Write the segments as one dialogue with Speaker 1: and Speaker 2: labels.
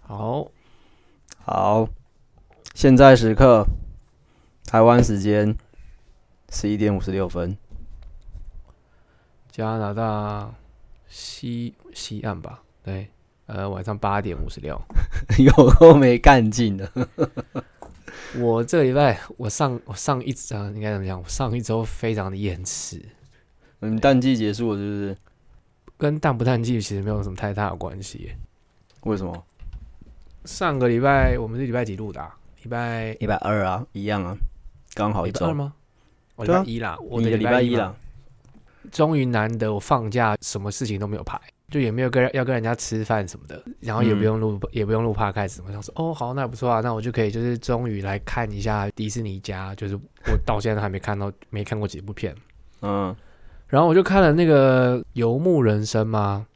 Speaker 1: 好，
Speaker 2: 好，现在时刻，台湾时间十一点五十六分。
Speaker 1: 加拿大西西岸吧，对，呃，晚上八点五十六。
Speaker 2: 有够没干劲的。嗯
Speaker 1: 我这礼拜，我上我上一周、呃应该怎么讲？我上一周非常的厌世，
Speaker 2: 嗯，淡季结束了是不是？
Speaker 1: 跟淡不淡季其实没有什么太大的关系耶。
Speaker 2: 为什么？
Speaker 1: 上个礼拜我们是礼拜几录的、啊？礼拜
Speaker 2: 一百二啊，一样啊，刚好一
Speaker 1: 礼拜二
Speaker 2: 周。
Speaker 1: 吗？哦我礼
Speaker 2: 对啊
Speaker 1: 拜一啦，我
Speaker 2: 你的
Speaker 1: 礼
Speaker 2: 拜
Speaker 1: 一
Speaker 2: 一
Speaker 1: 嘛
Speaker 2: 啦，
Speaker 1: 终于难得我放假，什么事情都没有排，就也没有跟要跟人家吃饭什么的，然后也
Speaker 2: 嗯
Speaker 1: 不用录、也不用录 podcast 什么。我想说，哦，好，那也不错啊，那我就可以就是终于来看一下迪士尼家，就是我到现在都还没看到没看过几部片。
Speaker 2: 嗯，
Speaker 1: 然后我就看了那个《游牧人生》嘛，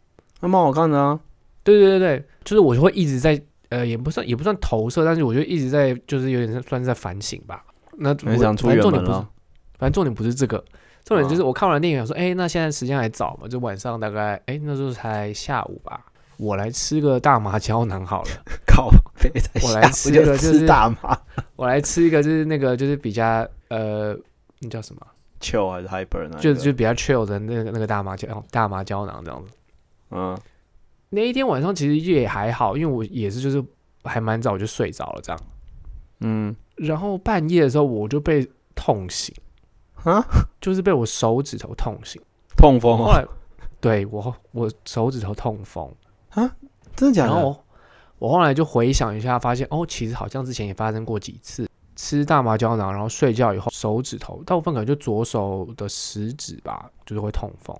Speaker 2: 那蛮好看 的啊。
Speaker 1: 对对对对，就是我就会一直在呃，也不算也不算投射，但是我就一直在就是有点像算是在反省吧。那
Speaker 2: 那你
Speaker 1: 我
Speaker 2: 想出
Speaker 1: 反正
Speaker 2: 远
Speaker 1: 重
Speaker 2: 门
Speaker 1: 点不是
Speaker 2: 了？
Speaker 1: 反正重点不是这个，重点就是
Speaker 2: 啊
Speaker 1: 我看完电影想说，哎、那现在时间还早嘛，就晚上大概，哎、那时候才下午吧，我来吃个大麻胶囊好了，
Speaker 2: 靠北，在
Speaker 1: 我
Speaker 2: 下
Speaker 1: 来
Speaker 2: 午
Speaker 1: 吃
Speaker 2: 就
Speaker 1: 个就是
Speaker 2: 吃大麻。
Speaker 1: 我来吃一个就是那个就是比较呃，那叫什么，
Speaker 2: Chill 还是 Hyper 那一个？
Speaker 1: 就就比较 chill 的那个那个大麻胶大麻胶囊这样子。
Speaker 2: 嗯
Speaker 1: 那一天晚上其实也还好，因为我也是就是还蛮早就睡着了这样，
Speaker 2: 嗯
Speaker 1: 然后半夜的时候我就被痛醒，
Speaker 2: 啊，
Speaker 1: 就是被我手指头痛醒，
Speaker 2: 痛风
Speaker 1: 后
Speaker 2: 啊？
Speaker 1: 来对我我手指头痛风。
Speaker 2: 真的假
Speaker 1: 然后
Speaker 2: 的？
Speaker 1: 我我后来就回想一下，发现哦，其实好像之前也发生过几次，吃大麻胶囊，然后睡觉以后手指头，大部分可能就左手的食指吧，就是会痛风，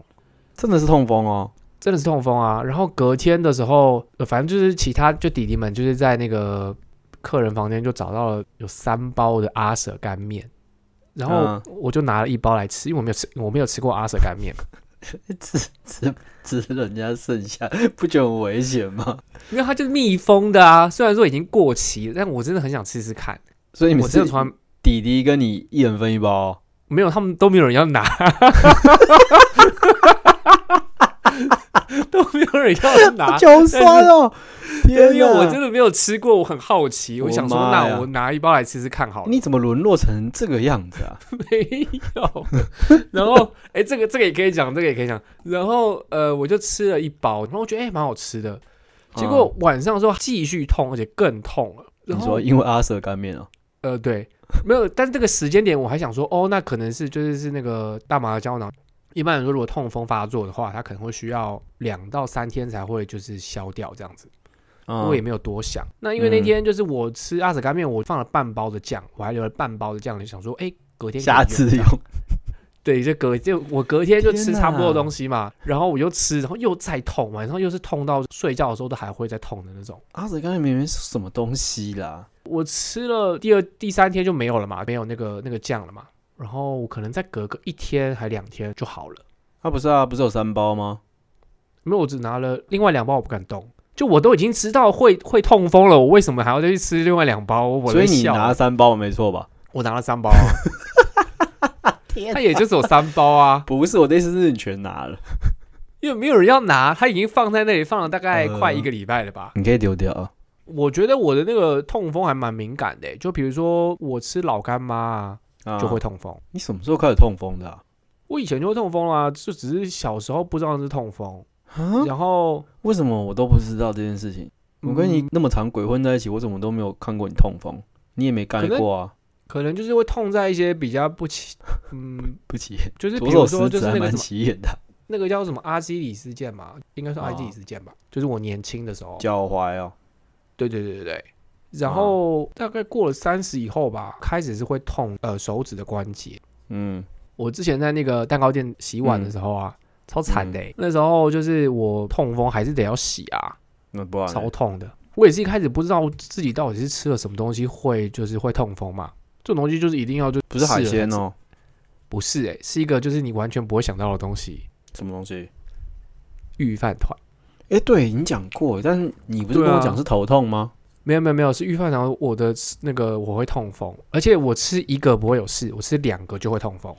Speaker 2: 真的是痛风哦。
Speaker 1: 真的是痛风啊。然后隔天的时候，呃反正就是其他就弟弟们就是在那个客人房间就找到了有三包的阿舍干面。然后
Speaker 2: 嗯
Speaker 1: 我就拿了一包来吃，因为我没有吃，我没有吃过阿舍干面。
Speaker 2: 吃吃吃人家剩下，不觉得很危险吗？
Speaker 1: 因为它就是密封的啊。虽然说已经过期了，但我真的很想吃吃看。
Speaker 2: 所以你
Speaker 1: 我
Speaker 2: 们
Speaker 1: 真
Speaker 2: 是
Speaker 1: 的从来
Speaker 2: 弟弟跟你一人分一包哦、
Speaker 1: 没有，他们都没有人要拿， 都没有人要 拿。
Speaker 2: 脚酸哦！
Speaker 1: 因
Speaker 2: 天
Speaker 1: 为
Speaker 2: 哪！
Speaker 1: 我真的没有吃过，我很好奇，
Speaker 2: 我
Speaker 1: 我想说，
Speaker 2: 妈呀
Speaker 1: 那我拿一包来吃吃看好了。
Speaker 2: 你怎么沦落成这个样子啊？
Speaker 1: 没有？然后，哎、这个这个也可以讲，这个也可以讲。然后，呃，我就吃了一包，然后我觉得哎、诶蛮好吃的。
Speaker 2: 啊
Speaker 1: 结果晚上的时候继续痛，而且更痛了。 然
Speaker 2: 你
Speaker 1: 后
Speaker 2: 说因为阿舍干面哦，
Speaker 1: 呃，对，没有，但是这个时间点我还想说，哦，那可能是就是是那个大麻胶囊。一般来说，如果痛风发作的话，它可能会需要两到三天才会就是消掉这样子。
Speaker 2: 嗯
Speaker 1: 我也没有多想。那因为那
Speaker 2: 嗯
Speaker 1: 天就是我吃阿斯干面，我放了半包的酱，我还留了半包的酱，就想说，哎、隔天可以
Speaker 2: 下次
Speaker 1: 这
Speaker 2: 用
Speaker 1: 样。对，就隔就我隔天就吃
Speaker 2: 天哪
Speaker 1: 差不多的东西嘛，然后我又吃，然后又再痛，晚上又是痛到睡觉的时候都还会再痛的那种。
Speaker 2: 阿舍干面明明是什么东西啦？
Speaker 1: 我吃了第二、第三天就没有了嘛，没有那个那个酱了嘛。然后我可能再隔个一天还两天就好了。
Speaker 2: 他不是啊，不是有三包吗？
Speaker 1: 没有，我只拿了另外两包，我不敢动。就我都已经知道会会痛风了，我为什么还要再去吃另外两包？我
Speaker 2: 所
Speaker 1: 在
Speaker 2: 以你
Speaker 1: 笑
Speaker 2: 拿三包没错吧？
Speaker 1: 我拿了三包、啊， 他也就只有三包啊，
Speaker 2: 不是我的意思是你全拿了，
Speaker 1: 因为没有人要拿，他已经放在那里放了大概
Speaker 2: 呃
Speaker 1: 快一个礼拜了吧。
Speaker 2: 你可以丢掉啊。
Speaker 1: 我觉得我的那个痛风还蛮敏感的、欸就比如说我吃老干妈
Speaker 2: 啊
Speaker 1: 啊，就会痛风。
Speaker 2: 你什么时候开始痛风的啊？
Speaker 1: 我以前就会痛风啊，就只是小时候不知道那是痛风，
Speaker 2: 啊
Speaker 1: 然后
Speaker 2: 为什么我都不知道这件事情？
Speaker 1: 嗯
Speaker 2: 我跟你那么常鬼混在一起，我怎么都没有看过你痛风？你也没干
Speaker 1: 可能
Speaker 2: 过啊？
Speaker 1: 可能就是会痛在一些比较不起，嗯，
Speaker 2: 不起，
Speaker 1: 就是比
Speaker 2: 左
Speaker 1: 如
Speaker 2: 手
Speaker 1: 说
Speaker 2: 食
Speaker 1: 就
Speaker 2: 指
Speaker 1: 是
Speaker 2: 还
Speaker 1: 那个
Speaker 2: 蛮
Speaker 1: 什么
Speaker 2: 起眼的，
Speaker 1: 那个叫什么阿基里斯腱嘛，应该是阿基里
Speaker 2: 哦
Speaker 1: 斯腱吧，就是我年轻的时候。
Speaker 2: 脚踝哦。
Speaker 1: 对对对对对。然
Speaker 2: 啊
Speaker 1: 后大概过了三十以后吧，开始是会痛呃手指的关节。
Speaker 2: 嗯，
Speaker 1: 我之前在那个蛋糕店洗碗的时候啊，超惨的欸、那时候就是我痛风还是得要洗啊，
Speaker 2: 那不然呢
Speaker 1: 超痛的。我也是一开始不知道自己到底是吃了什么东西会就是会痛风嘛，这种东西就是一定要就
Speaker 2: 不是海
Speaker 1: 试了才
Speaker 2: 鲜
Speaker 1: 知，
Speaker 2: 哦，
Speaker 1: 不是哎、是一个就是你完全不会想到的东西，
Speaker 2: 什么东西？
Speaker 1: 预饭团。
Speaker 2: 哎、对你讲过，但是你不是
Speaker 1: 对啊
Speaker 2: 跟我讲是头痛吗？
Speaker 1: 没有没有没有，是预饭团。我的那个我会痛风，而且我吃一个不会有事，我吃两个就会痛风。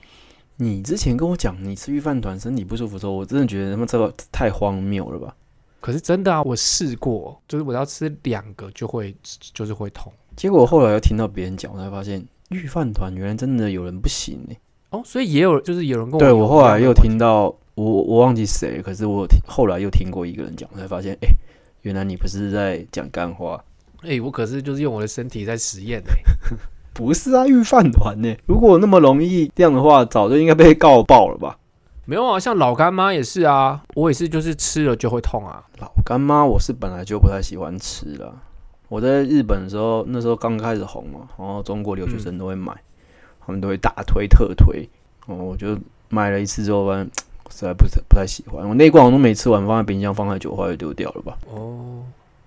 Speaker 2: 你之前跟我讲你吃预饭团身体不舒服的时候，我真的觉得他妈这个太荒谬了吧？
Speaker 1: 可是真的啊，我试过，就是我要吃两个就会就是会痛
Speaker 2: 结果我后来又听到别人讲，我才发现御饭团原来真的有人不行呢、
Speaker 1: 哦，所以也有就是有人跟我
Speaker 2: 对
Speaker 1: 有
Speaker 2: 我
Speaker 1: 一
Speaker 2: 后
Speaker 1: 样
Speaker 2: 来
Speaker 1: 的
Speaker 2: 又
Speaker 1: 问题
Speaker 2: 听到，我我忘记谁了，可是我有听后来又听过一个人讲，我才发现，哎、原来你不是在讲干话，
Speaker 1: 哎、我可是就是用我的身体在实验哎、
Speaker 2: 不是啊，御饭团呢、如果那么容易这样的话，早就应该被告爆了吧？
Speaker 1: 没有啊，像老干妈也是啊，我也是就是吃了就会痛啊。
Speaker 2: 老干妈我是本来就不太喜欢吃啦。我在日本的时候，那时候刚开始红嘛，然后中国留学生都会买，他们都会大推特推，哦，我就买了一次之后，发现我实在不是不太喜欢，我那一罐我都没吃完，放在冰箱放太久，后来就丢掉了吧。
Speaker 1: 哦，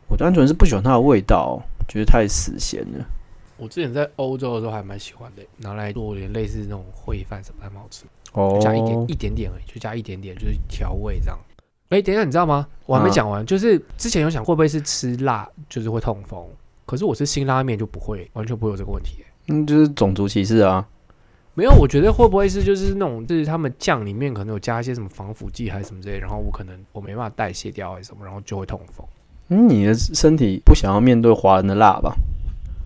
Speaker 2: 我单纯是不喜欢它的味道，觉得太死咸了。
Speaker 1: 我之前在欧洲的时候还蛮喜欢的，拿来做点类似那种烩饭什么的，还蛮好吃。
Speaker 2: 哦
Speaker 1: 加一点一点点而已，就加一点点，就是调味这样。哎、等一下，你知道吗？我还没
Speaker 2: 嗯
Speaker 1: 讲完，就是之前有想过会不会是吃辣就是会痛风，可是我吃辛拉面就不会，完全不会有这个问题耶。
Speaker 2: 嗯，就是种族歧视啊。
Speaker 1: 没有，我觉得会不会是就是那种就是他们酱里面可能有加一些什么防腐剂还是什么之类，然后我可能我没办法代谢掉还是什么，然后就会痛风，
Speaker 2: 嗯，你的身体不想要面对华人的辣吧？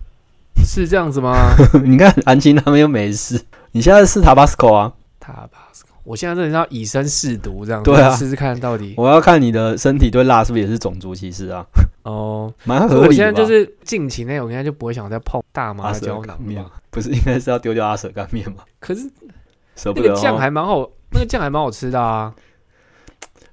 Speaker 1: 是这样子吗？
Speaker 2: 你看安琪他们又没事，你现在是 Tabasco 啊？
Speaker 1: 他吧，我现在真的是要以身试毒这样，
Speaker 2: 对啊
Speaker 1: 试试看到底
Speaker 2: 我要看你的身体对辣是不是也是种族歧视啊？
Speaker 1: 哦。
Speaker 2: 蛮合理的吧。
Speaker 1: 我现在就是近期内，我应该就不会想再碰大麻
Speaker 2: 阿蛇
Speaker 1: 胶
Speaker 2: 干
Speaker 1: 囊
Speaker 2: 面
Speaker 1: 吧。，
Speaker 2: 不是应该是要丢掉阿蛇干面 吗？
Speaker 1: 可是
Speaker 2: 舍不
Speaker 1: 那
Speaker 2: 得
Speaker 1: 个
Speaker 2: 哦。
Speaker 1: 酱还蛮好，那个酱还蛮好吃的啊。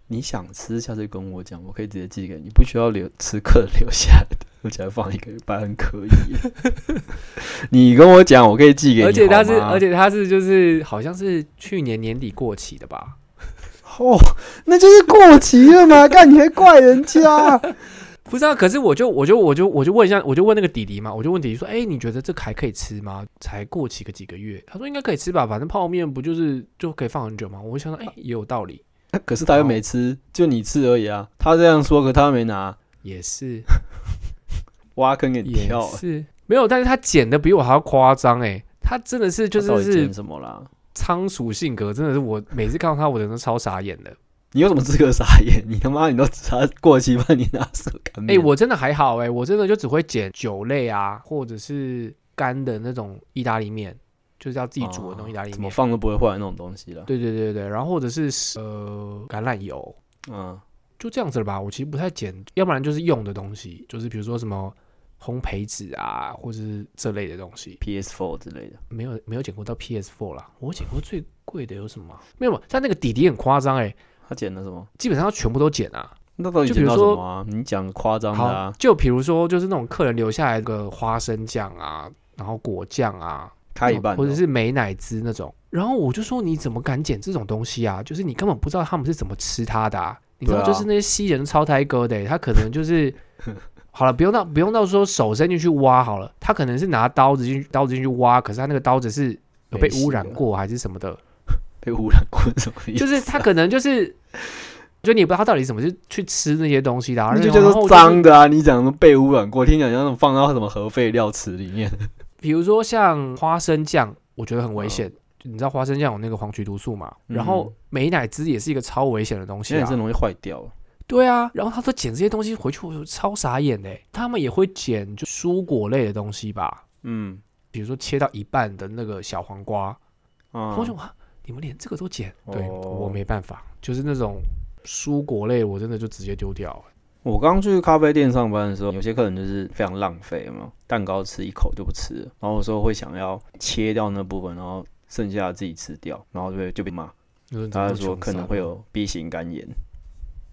Speaker 2: 你想吃，下次跟我讲，我可以直接寄给你，不需要留吃客留下来的， 我只要放一个礼拜很可以。 你跟我讲，我可以寄给你，
Speaker 1: 而且它
Speaker 2: 他
Speaker 1: 是，而且它是就是好像是去年年底过期的吧？
Speaker 2: 哦，那就是过期了嘛， 干你还怪人家？
Speaker 1: 不是啊，可是我就我就我就我就问一下，我就问那个弟弟嘛，我就问弟弟说，哎、你觉得这个还可以吃吗？才过期个几个月，他说应该可以吃吧，反正泡面不就是就可以放很久嘛。我就想说，哎、也有道理，
Speaker 2: 可是他又没吃，就你吃而已啊。他这样说，可他没拿，
Speaker 1: 也 是
Speaker 2: 挖坑给你
Speaker 1: 也
Speaker 2: 跳。
Speaker 1: 是没有，但是他剪的比我还要夸张哎，他真的是就
Speaker 2: 他到
Speaker 1: 是
Speaker 2: 底
Speaker 1: 是
Speaker 2: 捡什么啦？
Speaker 1: 仓鼠性格，真的是我每次看到他，我人都超傻眼的。
Speaker 2: 你有什么资格傻眼？ 你他妈你都吃他过期饭，你拿蛇干
Speaker 1: 哎、
Speaker 2: 面？
Speaker 1: 我真的还好哎、我真的就只会捡酒类啊，或者是干的那种意大利面，就是要自己煮的那种意大利
Speaker 2: 啊怎么
Speaker 1: 面。
Speaker 2: 放都不会坏的那种东西了。
Speaker 1: 对对对对，然后或者是呃橄榄油，
Speaker 2: 嗯，
Speaker 1: 就这样子了吧。我其实不太捡，要不然就是用的东西，就是比如说什么烘焙纸啊，或者是这类的东西，
Speaker 2: PS4 之类的。
Speaker 1: 没有没有捡过到 PS4 啦。我捡过最贵的有什么啊、没有，但那个底底很夸张哎，
Speaker 2: 他捡了什么？
Speaker 1: 基本上要全部都捡啊。
Speaker 2: 那到底
Speaker 1: 就比
Speaker 2: 捡
Speaker 1: 如
Speaker 2: 到什
Speaker 1: 说
Speaker 2: 么啊？你讲夸张的
Speaker 1: 好
Speaker 2: 啊，，
Speaker 1: 就比如说就是那种客人留下来的花生酱啊，然后果酱啊，
Speaker 2: 开一半的
Speaker 1: 或
Speaker 2: 哦，
Speaker 1: 者是美乃滋那种。然后我就说你怎么敢捡这种东西啊？就是你根本不知道他们是怎么吃它的、啊，你知道
Speaker 2: 对啊
Speaker 1: 就是那些西人超胎哥的欸、他可能就是好了，不用到不用到说手伸进去挖好了，他可能是拿刀子进去刀子进去挖，可是他那个刀子是有被
Speaker 2: 哦没洗
Speaker 1: 污染
Speaker 2: 的
Speaker 1: 过还是什么的，
Speaker 2: 被污染过是啊什么意思？
Speaker 1: 就是他可能就是。就你也不知道他到底怎么去去吃那些东西的、啊，
Speaker 2: 那就
Speaker 1: 然
Speaker 2: 叫
Speaker 1: 后
Speaker 2: 做
Speaker 1: 是
Speaker 2: 脏的啊！你讲的被污染过，听讲像那种放到什么核废料池里面，
Speaker 1: 比如说像花生酱，我觉得很危险。你知道花生酱有那个黄曲毒素嘛？
Speaker 2: 嗯
Speaker 1: 然后美乃滋也是一个超危险的东西
Speaker 2: 现在
Speaker 1: 啊
Speaker 2: 真。容易坏掉。
Speaker 1: 对啊，然后他说捡这些东西回去，我就超傻眼的。他们也会捡就蔬果类的东西吧，
Speaker 2: 嗯
Speaker 1: 比如说切到一半的那个小黄瓜。
Speaker 2: 啊
Speaker 1: 我，想啊，你们连这个都捡？对
Speaker 2: 哦
Speaker 1: 我没办法，就是那种蔬果类，我真的就直接丢掉。
Speaker 2: 我刚去咖啡店上班的时候，有些客人就是非常浪费嘛，蛋糕吃一口就不吃了，然后有时候会想要切掉那部分，然后剩下的自己吃掉，然后就被就被骂。
Speaker 1: 就是
Speaker 2: 他就说可能会，有 B 型肝炎，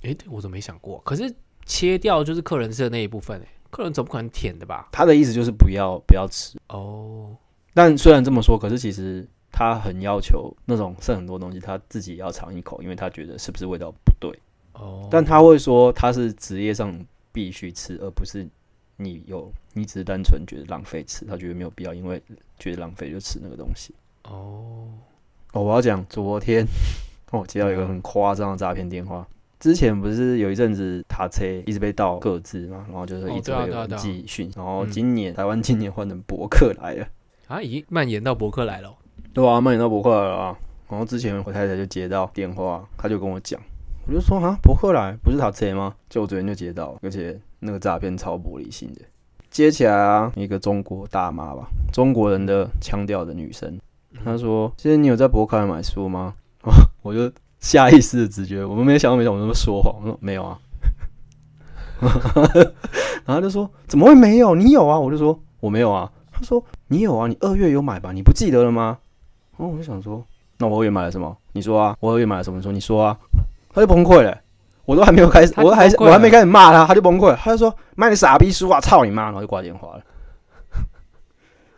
Speaker 1: 哎，对我都没想过。可是切掉就是客人吃的那一部分，哎，客人总不可能舔的吧？
Speaker 2: 他的意思就是不要不要吃。
Speaker 1: 哦。
Speaker 2: 但虽然这么说，可是其实他很要求那种剩很多东西，他自己也要尝一口，因为他觉得是不是味道不对。
Speaker 1: 哦，
Speaker 2: 但他会说他是职业上必须吃，而不是你有你只是单纯觉得浪费吃，他觉得没有必要，因为觉得浪费就吃那个东西。
Speaker 1: 哦，
Speaker 2: 哦，我要讲昨天， 哦，接
Speaker 1: 啊
Speaker 2: 到一个很夸张的诈骗电话。之前不是有一阵子塔车一直被盗各自嘛，然后就是一直
Speaker 1: 哦对啊
Speaker 2: 会有
Speaker 1: 对啊
Speaker 2: 人
Speaker 1: 对啊
Speaker 2: 寄讯，然后
Speaker 1: 嗯
Speaker 2: 今年、台湾今年换成博客来了，
Speaker 1: 啊，已经蔓延到博客来了哦。
Speaker 2: 对啊，蔓延到博客来了啊。然后之前我太太就接到电话，她就跟我讲，我我就说啊，博客来不是他接吗？就我昨天就接到，而且那个诈骗超玻璃心的。接起来啊，一个中国大妈吧，中国人的腔调的女生，她说：“先生，你有在博客来买书吗？”哦，我就下意识的直觉，我们没想都没想，我们说谎，我说没有啊。 然后她就说：“怎么会没有？你有啊？”我就说：“我没有啊。”她说：“你有啊？你二月有买吧？你不记得了吗？”然后我就想说：“那我二月买了什么？你说啊，我二月买了什么？你说，你说啊。”他就崩溃了、我都还没有开始，
Speaker 1: 他就
Speaker 2: 我还
Speaker 1: 崩溃
Speaker 2: 我
Speaker 1: 了
Speaker 2: 还没开始骂他，他就崩溃了，他就说：“卖你傻逼书啊，操你妈！”然后就挂电话了，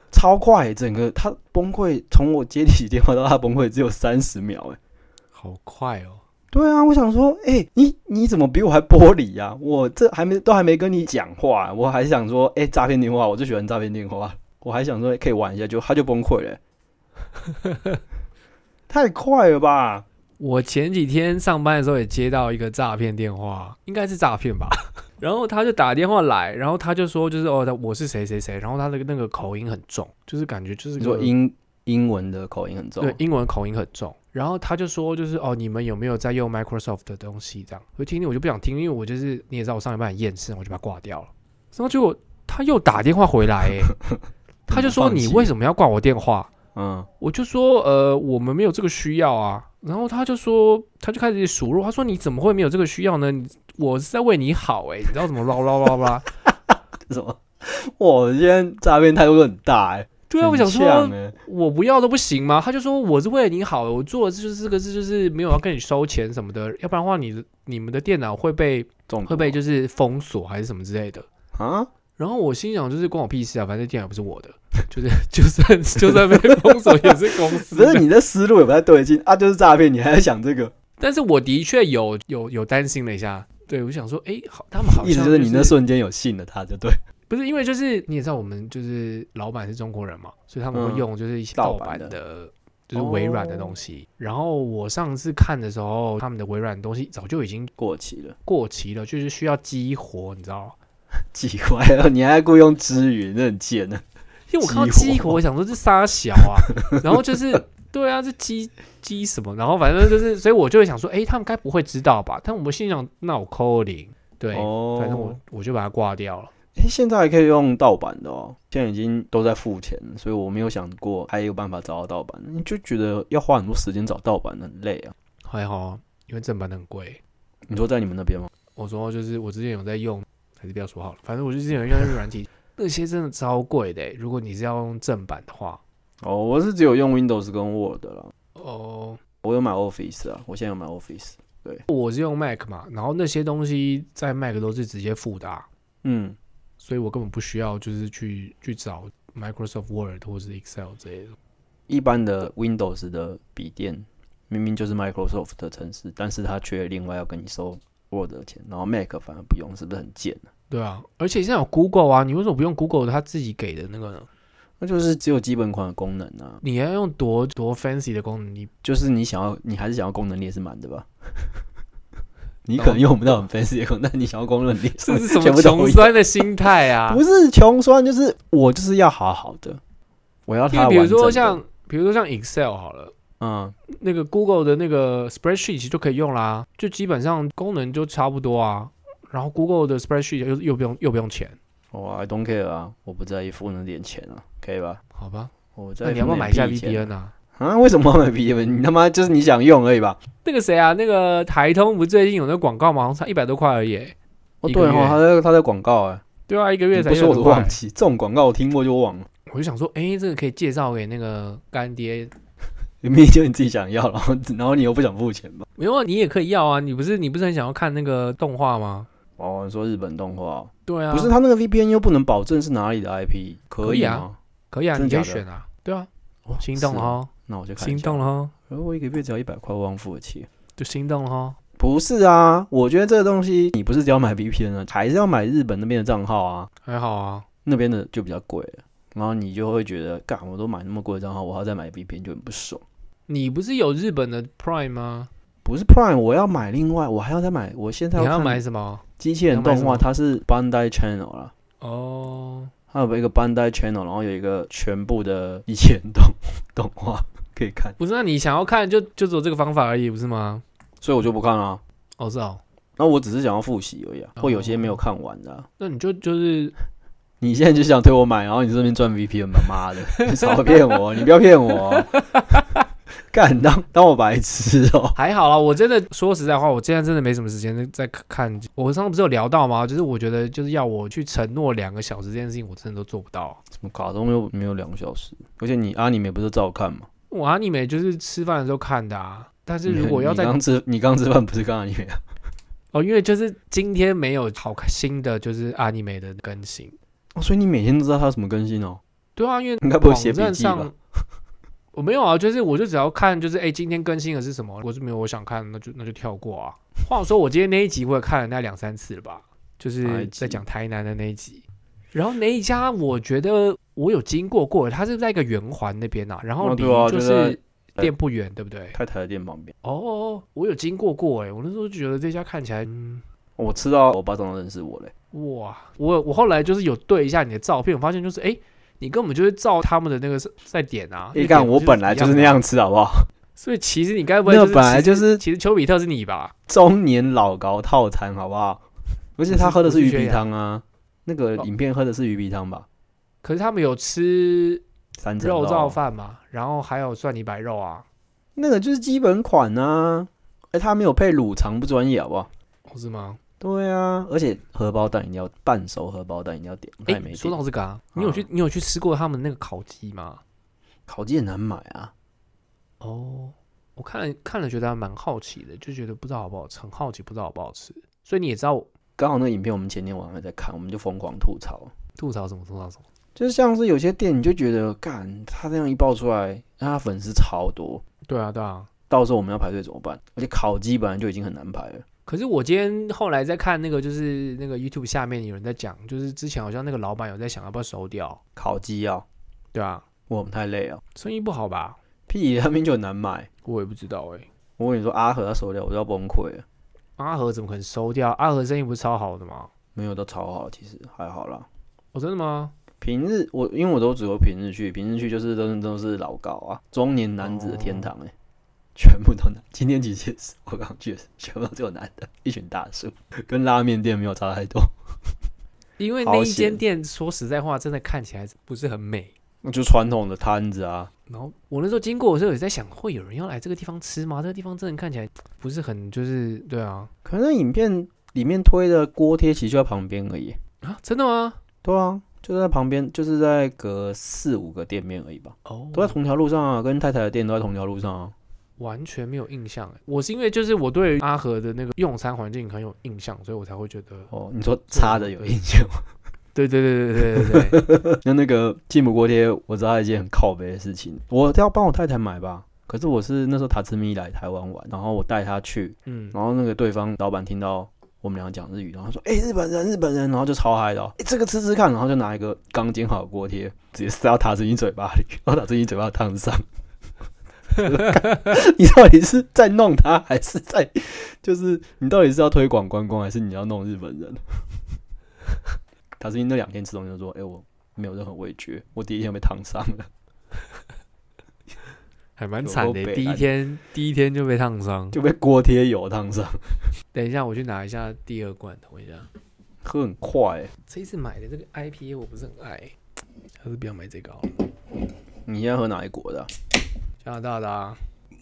Speaker 2: 超快，整个他崩溃，从我接起电话到他崩溃只有三十秒、哎，
Speaker 1: 好快哦！
Speaker 2: 对啊，我想说，哎、你你怎么比我还玻璃呀、我这还没都还没跟你讲话、我还想说，哎、诈骗电话，我最喜欢诈骗电话，我还想说、哎可以玩一下，就他就崩溃了、 太快了吧？
Speaker 1: 我前几天上班的时候也接到一个诈骗电话，应该是诈骗吧。 然后他就打电话来，然后他就说就是哦，他我是谁谁谁，然后他的那个口音很重，就是感觉就是
Speaker 2: 你说
Speaker 1: 个
Speaker 2: 英英文的口音很重，
Speaker 1: 对，英文口音很重。然后他就说，就是哦，你们有没有在用 Microsoft 的东西？这样，我就听听，我就不想听，因为我就是你也知道，我上一班很厌世，我就把它挂掉了。然后结果他又打电话回来， 哎，他就说
Speaker 2: 放弃
Speaker 1: 你为什么要挂我电话？
Speaker 2: 嗯，
Speaker 1: 我就说呃，我们没有这个需要啊。然后他就说，他就开始数落，他说你怎么会没有这个需要呢？你我是在为你好哎、你知道怎么唠唠唠啦？
Speaker 2: 什么？哇，今天诈骗态度都很大哎、
Speaker 1: 对啊，我
Speaker 2: 很
Speaker 1: 想说，
Speaker 2: 呛欸
Speaker 1: 我不要都不行吗？他就说我是为了你好，欸我做的就是这个事，就是没有要跟你收钱什么的，要不然的话你你们的电脑会被
Speaker 2: 中毒
Speaker 1: 会被就是封锁还是什么之类的。
Speaker 2: 啊，
Speaker 1: 然后我心想就是关我屁事啊，反正电脑不是我的，就是就算就算被封锁也是公司
Speaker 2: 只是
Speaker 1: 的。
Speaker 2: 你的思路也不太对劲啊，就是诈骗，你还在想这个，
Speaker 1: 但是我的确有有有担心了一下，对我想说，哎，好，他们好
Speaker 2: 意思
Speaker 1: 像
Speaker 2: 就是你那
Speaker 1: 是
Speaker 2: 瞬间有信了他就对，
Speaker 1: 不是因为就是你也知道我们就是老板是中国人嘛，所以他们
Speaker 2: 嗯
Speaker 1: 会用就是一些盗
Speaker 2: 盗
Speaker 1: 版
Speaker 2: 版的哦
Speaker 1: 的，就是微软的东西。然后我上次看的时候，他们的微软的东西早就已经
Speaker 2: 过期了，
Speaker 1: 过期了，就是需要激活，你知道吗？
Speaker 2: 奇怪哦，你还雇佣之云，那很贱啊呢、
Speaker 1: 因为我看到
Speaker 2: 激活
Speaker 1: 激活，我想说这沙小 啊，然后就是。对啊，这激激什么？然后反正就是，所以我就会想说，哎，他们该不会知道吧？但我们心想，那我扣零，对，
Speaker 2: 哦，
Speaker 1: 反正我我就把它挂掉了。
Speaker 2: 哎、现在还可以用盗版的哦，现在已经都在付钱了，所以我没有想过还有办法找到盗版，你就觉得要花很多时间找盗版很累啊。
Speaker 1: 还好，因为正版的很贵。
Speaker 2: 你说在你们那边吗？
Speaker 1: 我说就是我之前有在用，还是不要说好了。反正我就之前有用那个软体，那些真的超贵的欸。如果你是要用正版的话，
Speaker 2: 哦，我是只有用 Windows 跟 Word 啦，
Speaker 1: 哦，
Speaker 2: 我有买 Office 啊，我现在有买 Office，
Speaker 1: 我是用 Mac 嘛，然后那些东西在 Mac 都是直接附的、啊，
Speaker 2: 嗯，
Speaker 1: 所以我根本不需要就是去去找 Microsoft Word 或是 Excel 之类的。
Speaker 2: 一般的 Windows 的笔电明明就是 Microsoft 的城市，但是它却另外要跟你收 Word 的钱，然后 Mac 反而不用，是不是很贱、啊？
Speaker 1: 对啊，而且现在有 Google 啊，你为什么不用 Google 它自己给的那个呢？
Speaker 2: 那就是只有基本款的功能啊，
Speaker 1: 你要用多多 fancy 的功能，你
Speaker 2: 就是你想要，你还是想要功能力是满的吧？ 你可能用不到很 fancy 的功 能，但你想要功能力
Speaker 1: 这是什
Speaker 2: 全
Speaker 1: 么
Speaker 2: 部都
Speaker 1: 穷
Speaker 2: 一样
Speaker 1: 酸的心态 啊？
Speaker 2: 不是穷酸，就是我就是要好好的，我要
Speaker 1: 因
Speaker 2: 啊它
Speaker 1: 为比如说
Speaker 2: 完整的
Speaker 1: 像比如说像 Excel 好了。
Speaker 2: 嗯，
Speaker 1: 那个 Google 的那个 spreadsheet 其实就可以用啦，就基本上功能就差不多啊。然后 Google 的 spreadsheet 又又不用又不用钱，
Speaker 2: 我 I don't care 啊，我不在意付那点钱啊，可以吧？
Speaker 1: 好吧？
Speaker 2: 我在
Speaker 1: 那你要不要买一下
Speaker 2: VPN
Speaker 1: VPN 啊？
Speaker 2: 啊？为什么要买 VPN？你他妈就是你想用而已吧？
Speaker 1: 那个谁啊，那个台通不最近有那个广告吗？好像才一百多块而已欸。
Speaker 2: 哦，
Speaker 1: 一
Speaker 2: 对
Speaker 1: 个
Speaker 2: 哦，
Speaker 1: 月
Speaker 2: 他在他在广告哎、
Speaker 1: 对啊，一个月
Speaker 2: 你
Speaker 1: 才
Speaker 2: 不说我都
Speaker 1: 100多块
Speaker 2: 忘。记，这种广告我听过就忘了，
Speaker 1: 我就想说，哎，这个可以介绍给那个干爹。
Speaker 2: 明明就你自己想要，然后然后你又不想付钱吧？
Speaker 1: 没有啊，你也可以要啊。你不是你不是很想要看那个动画吗？
Speaker 2: 哦，你说日本动画哦、
Speaker 1: 对啊，
Speaker 2: 不是他那个 VPN 又不能保证是哪里的 IP，可
Speaker 1: 可以啊
Speaker 2: 吗？
Speaker 1: 可以啊，
Speaker 2: 真
Speaker 1: 你
Speaker 2: 的
Speaker 1: 可以
Speaker 2: 假的
Speaker 1: 选啊。对啊，
Speaker 2: 哦
Speaker 1: 心动了，
Speaker 2: 是哦
Speaker 1: 哈，
Speaker 2: 那我就看一下
Speaker 1: 心动。了哈，
Speaker 2: 可是我一个月只要一百块，我忘付得起。
Speaker 1: 就心动了哈。
Speaker 2: 不是啊，我觉得这个东西你不是只要买 VPN 啊， 还是要买日本那边的账号啊，
Speaker 1: 还好啊，
Speaker 2: 那边的就比较贵了。然后你就会觉得，干，我都买那么贵的账号，我还要再买 VPN 就很不爽。
Speaker 1: 你不是有日本的 Prime 吗？
Speaker 2: 不是 Prime，我要买另外，我还要再买，我现在
Speaker 1: 你还要
Speaker 2: 看
Speaker 1: 买什么？
Speaker 2: 机器人
Speaker 1: 你要买
Speaker 2: 动
Speaker 1: 什
Speaker 2: 画，
Speaker 1: 么
Speaker 2: 它是 Bandai Channel 啦，
Speaker 1: 哦，
Speaker 2: 它有一个 Bandai Channel，然后有一个全部的机器人动 动画可以看，
Speaker 1: 啊不是，那你想要看就就只有这个方法而已，不是吗？
Speaker 2: 所以我就不看了、啊
Speaker 1: 哦，是哦，
Speaker 2: 那我只是想要复习而已、啊，
Speaker 1: 哦
Speaker 2: 或有些没有看完的啊、
Speaker 1: 那你就就是
Speaker 2: 你现在就想推我买，然后你这边赚 VPN 吗？妈的，你少骗我！你不要骗我！啊 干，当当我白痴哦、
Speaker 1: 还好啦。我真的说实在话，我现在真的没什么时间在看。我上次不是有聊到吗？就是我觉得就是要我去承诺两个小时这件事情，我真的都做不到。
Speaker 2: 什么卡通又没有两个小时，而且你阿尼美不是照看吗？
Speaker 1: 我阿尼美就是吃饭的时候看的啊，但是如果要
Speaker 2: 你
Speaker 1: 在
Speaker 2: 你刚吃，你刚吃饭不是刚阿尼美啊？
Speaker 1: 哦，因为就是今天没有好看新的就是阿尼美的更新，
Speaker 2: 哦，所以你每天都知道它有什么更新哦？
Speaker 1: 对啊，因为
Speaker 2: 你该不会写笔记吧
Speaker 1: 网站上？ 我没有啊，就是我就只要看，就是哎、诶今天更新的是什么？如果是没有我想看，那就那就跳过啊。话说我今天那一集我也看了那两三次了吧，就是
Speaker 2: 哪一集
Speaker 1: 在讲台南的那一集。然后那一家我觉得我有经过过，它是在一个圆环那边啊，然后
Speaker 2: 哦
Speaker 1: 离
Speaker 2: 对啊
Speaker 1: 就
Speaker 2: 就在
Speaker 1: 是店不远，对不对？
Speaker 2: 太太的店旁边，
Speaker 1: 哦，我有经过过哎、我那时候就觉得这家看起来，嗯，
Speaker 2: 哦我吃到我爸长认识我嘞。
Speaker 1: 哇，我我后来就是有对一下你的照片，我发现就是哎、诶你根本就是照他们的那个是在点啊。
Speaker 2: 你
Speaker 1: 那点
Speaker 2: 看，我
Speaker 1: 不
Speaker 2: 本来
Speaker 1: 一
Speaker 2: 就是
Speaker 1: 的
Speaker 2: 那
Speaker 1: 啊
Speaker 2: 样吃，好不好？
Speaker 1: 所以其实你该不会、
Speaker 2: 那
Speaker 1: 就是、
Speaker 2: 本来就是
Speaker 1: 其实丘比特是你吧？
Speaker 2: 中年老高套餐，好不好？而且他喝的是
Speaker 1: 不是
Speaker 2: 鱼
Speaker 1: 缺
Speaker 2: 皮
Speaker 1: 氧
Speaker 2: 汤啊，那个影片喝的是鱼皮汤吧？
Speaker 1: 可是他们有吃
Speaker 2: 三层
Speaker 1: 肉燥，饭嘛，然后还有蒜泥白肉啊。
Speaker 2: 那个就是基本款啊。哎、他没有配卤肠，不专业，好不好？
Speaker 1: 哦，是吗？
Speaker 2: 对啊，而且荷包蛋饮料半熟荷包蛋饮料点，
Speaker 1: 哎、
Speaker 2: 他也没
Speaker 1: 说
Speaker 2: 点。
Speaker 1: 到这个啊，你有去、你有去吃过他们那个烤鸡吗？
Speaker 2: 烤鸡很难买啊，
Speaker 1: 哦，我看了看了，觉得还蛮好奇的，就觉得不知道好不好吃，很好奇不知道好不好吃。所以你也知道我
Speaker 2: 刚好那个影片我们前天晚上还在看，我们就疯狂吐槽，
Speaker 1: 吐槽什么吐槽什么。
Speaker 2: 就是像是有些店你就觉得，干他这样一爆出来，那他粉丝超多，
Speaker 1: 对啊，对啊。
Speaker 2: 到时候我们要排队怎么办？而且烤鸡本来就已经很难排了，
Speaker 1: 可是我今天后来在看那个，就是那个 YouTube 下面有人在讲，就是之前好像那个老板有在想要不要收掉，
Speaker 2: 烤鸡要、
Speaker 1: 对啊，
Speaker 2: 我们太累了，
Speaker 1: 生意不好吧？
Speaker 2: 屁，他们就很难买。
Speaker 1: 我也不知道哎、
Speaker 2: 我跟你说，阿和他手料我都要崩溃了，
Speaker 1: 阿和怎么可能收掉？阿和生意不是超好的吗？
Speaker 2: 没有都超好，其实还好啦。
Speaker 1: 哦，真的吗？
Speaker 2: 平日我因为我都只有平日去，平日去就是都是都是老高啊，中年男子的天堂哎、全部都男。今天其实也是我刚去，全部都只有男的，一群大叔，跟拉面店没有差太多。
Speaker 1: 因为
Speaker 2: 好
Speaker 1: 那一
Speaker 2: 险
Speaker 1: 间店说实在话，真的看起来不是很美。
Speaker 2: 那就传统的摊子啊，
Speaker 1: 然后我那时候经过的时候，也在想，会有人要来这个地方吃吗？这个地方真的看起来不是很，就是对啊
Speaker 2: 可能影片里面推的锅贴其实就在旁边而已。
Speaker 1: 啊，真的吗？
Speaker 2: 对啊，就在旁边，就是在隔四五个店面而已吧，
Speaker 1: 哦，
Speaker 2: 都在同条路上啊，跟太太的店都在同条路上啊。
Speaker 1: 完全没有印象哎。我是因为就是我对于阿和的那个用餐环境很有印象，所以我才会觉得，
Speaker 2: 哦，你说差的有印象？
Speaker 1: 对对对对对对 对，
Speaker 2: 那那个进补锅贴，我知道一件很靠背的事情，我要帮我太太买吧。可是我是那时候塔兹咪来台湾玩，然后我带她去，
Speaker 1: 嗯，
Speaker 2: 然后那个对方老板听到我们俩讲日语，然后他说：“哎、日本人，日本人！”然后就超嗨的、哦，哎、这个吃吃看，然后就拿一个刚煎好的锅贴，直接塞到塔兹咪嘴巴里，然后塔兹咪嘴巴烫伤。 你到底是在弄他，还是在就是你到底是要推广观光，还是你要弄日本人？ 塔斯汀那两天吃东西就说：“哎、我没有任何味觉，我第一天被烫伤了。
Speaker 1: 还蛮
Speaker 2: 有
Speaker 1: 惨
Speaker 2: 够
Speaker 1: 的欸。
Speaker 2: 北
Speaker 1: 第一
Speaker 2: 蓝
Speaker 1: 天第一天就被烫伤。
Speaker 2: 就被锅贴油烫伤，
Speaker 1: 等一下，我去拿一下第二罐，等我一下。
Speaker 2: 喝很快、欸。
Speaker 1: 这一次买的这个 IPA 我不是很爱，还是不要买这个好了。
Speaker 2: 你现在喝哪一国的啊、
Speaker 1: 加拿大的、啊，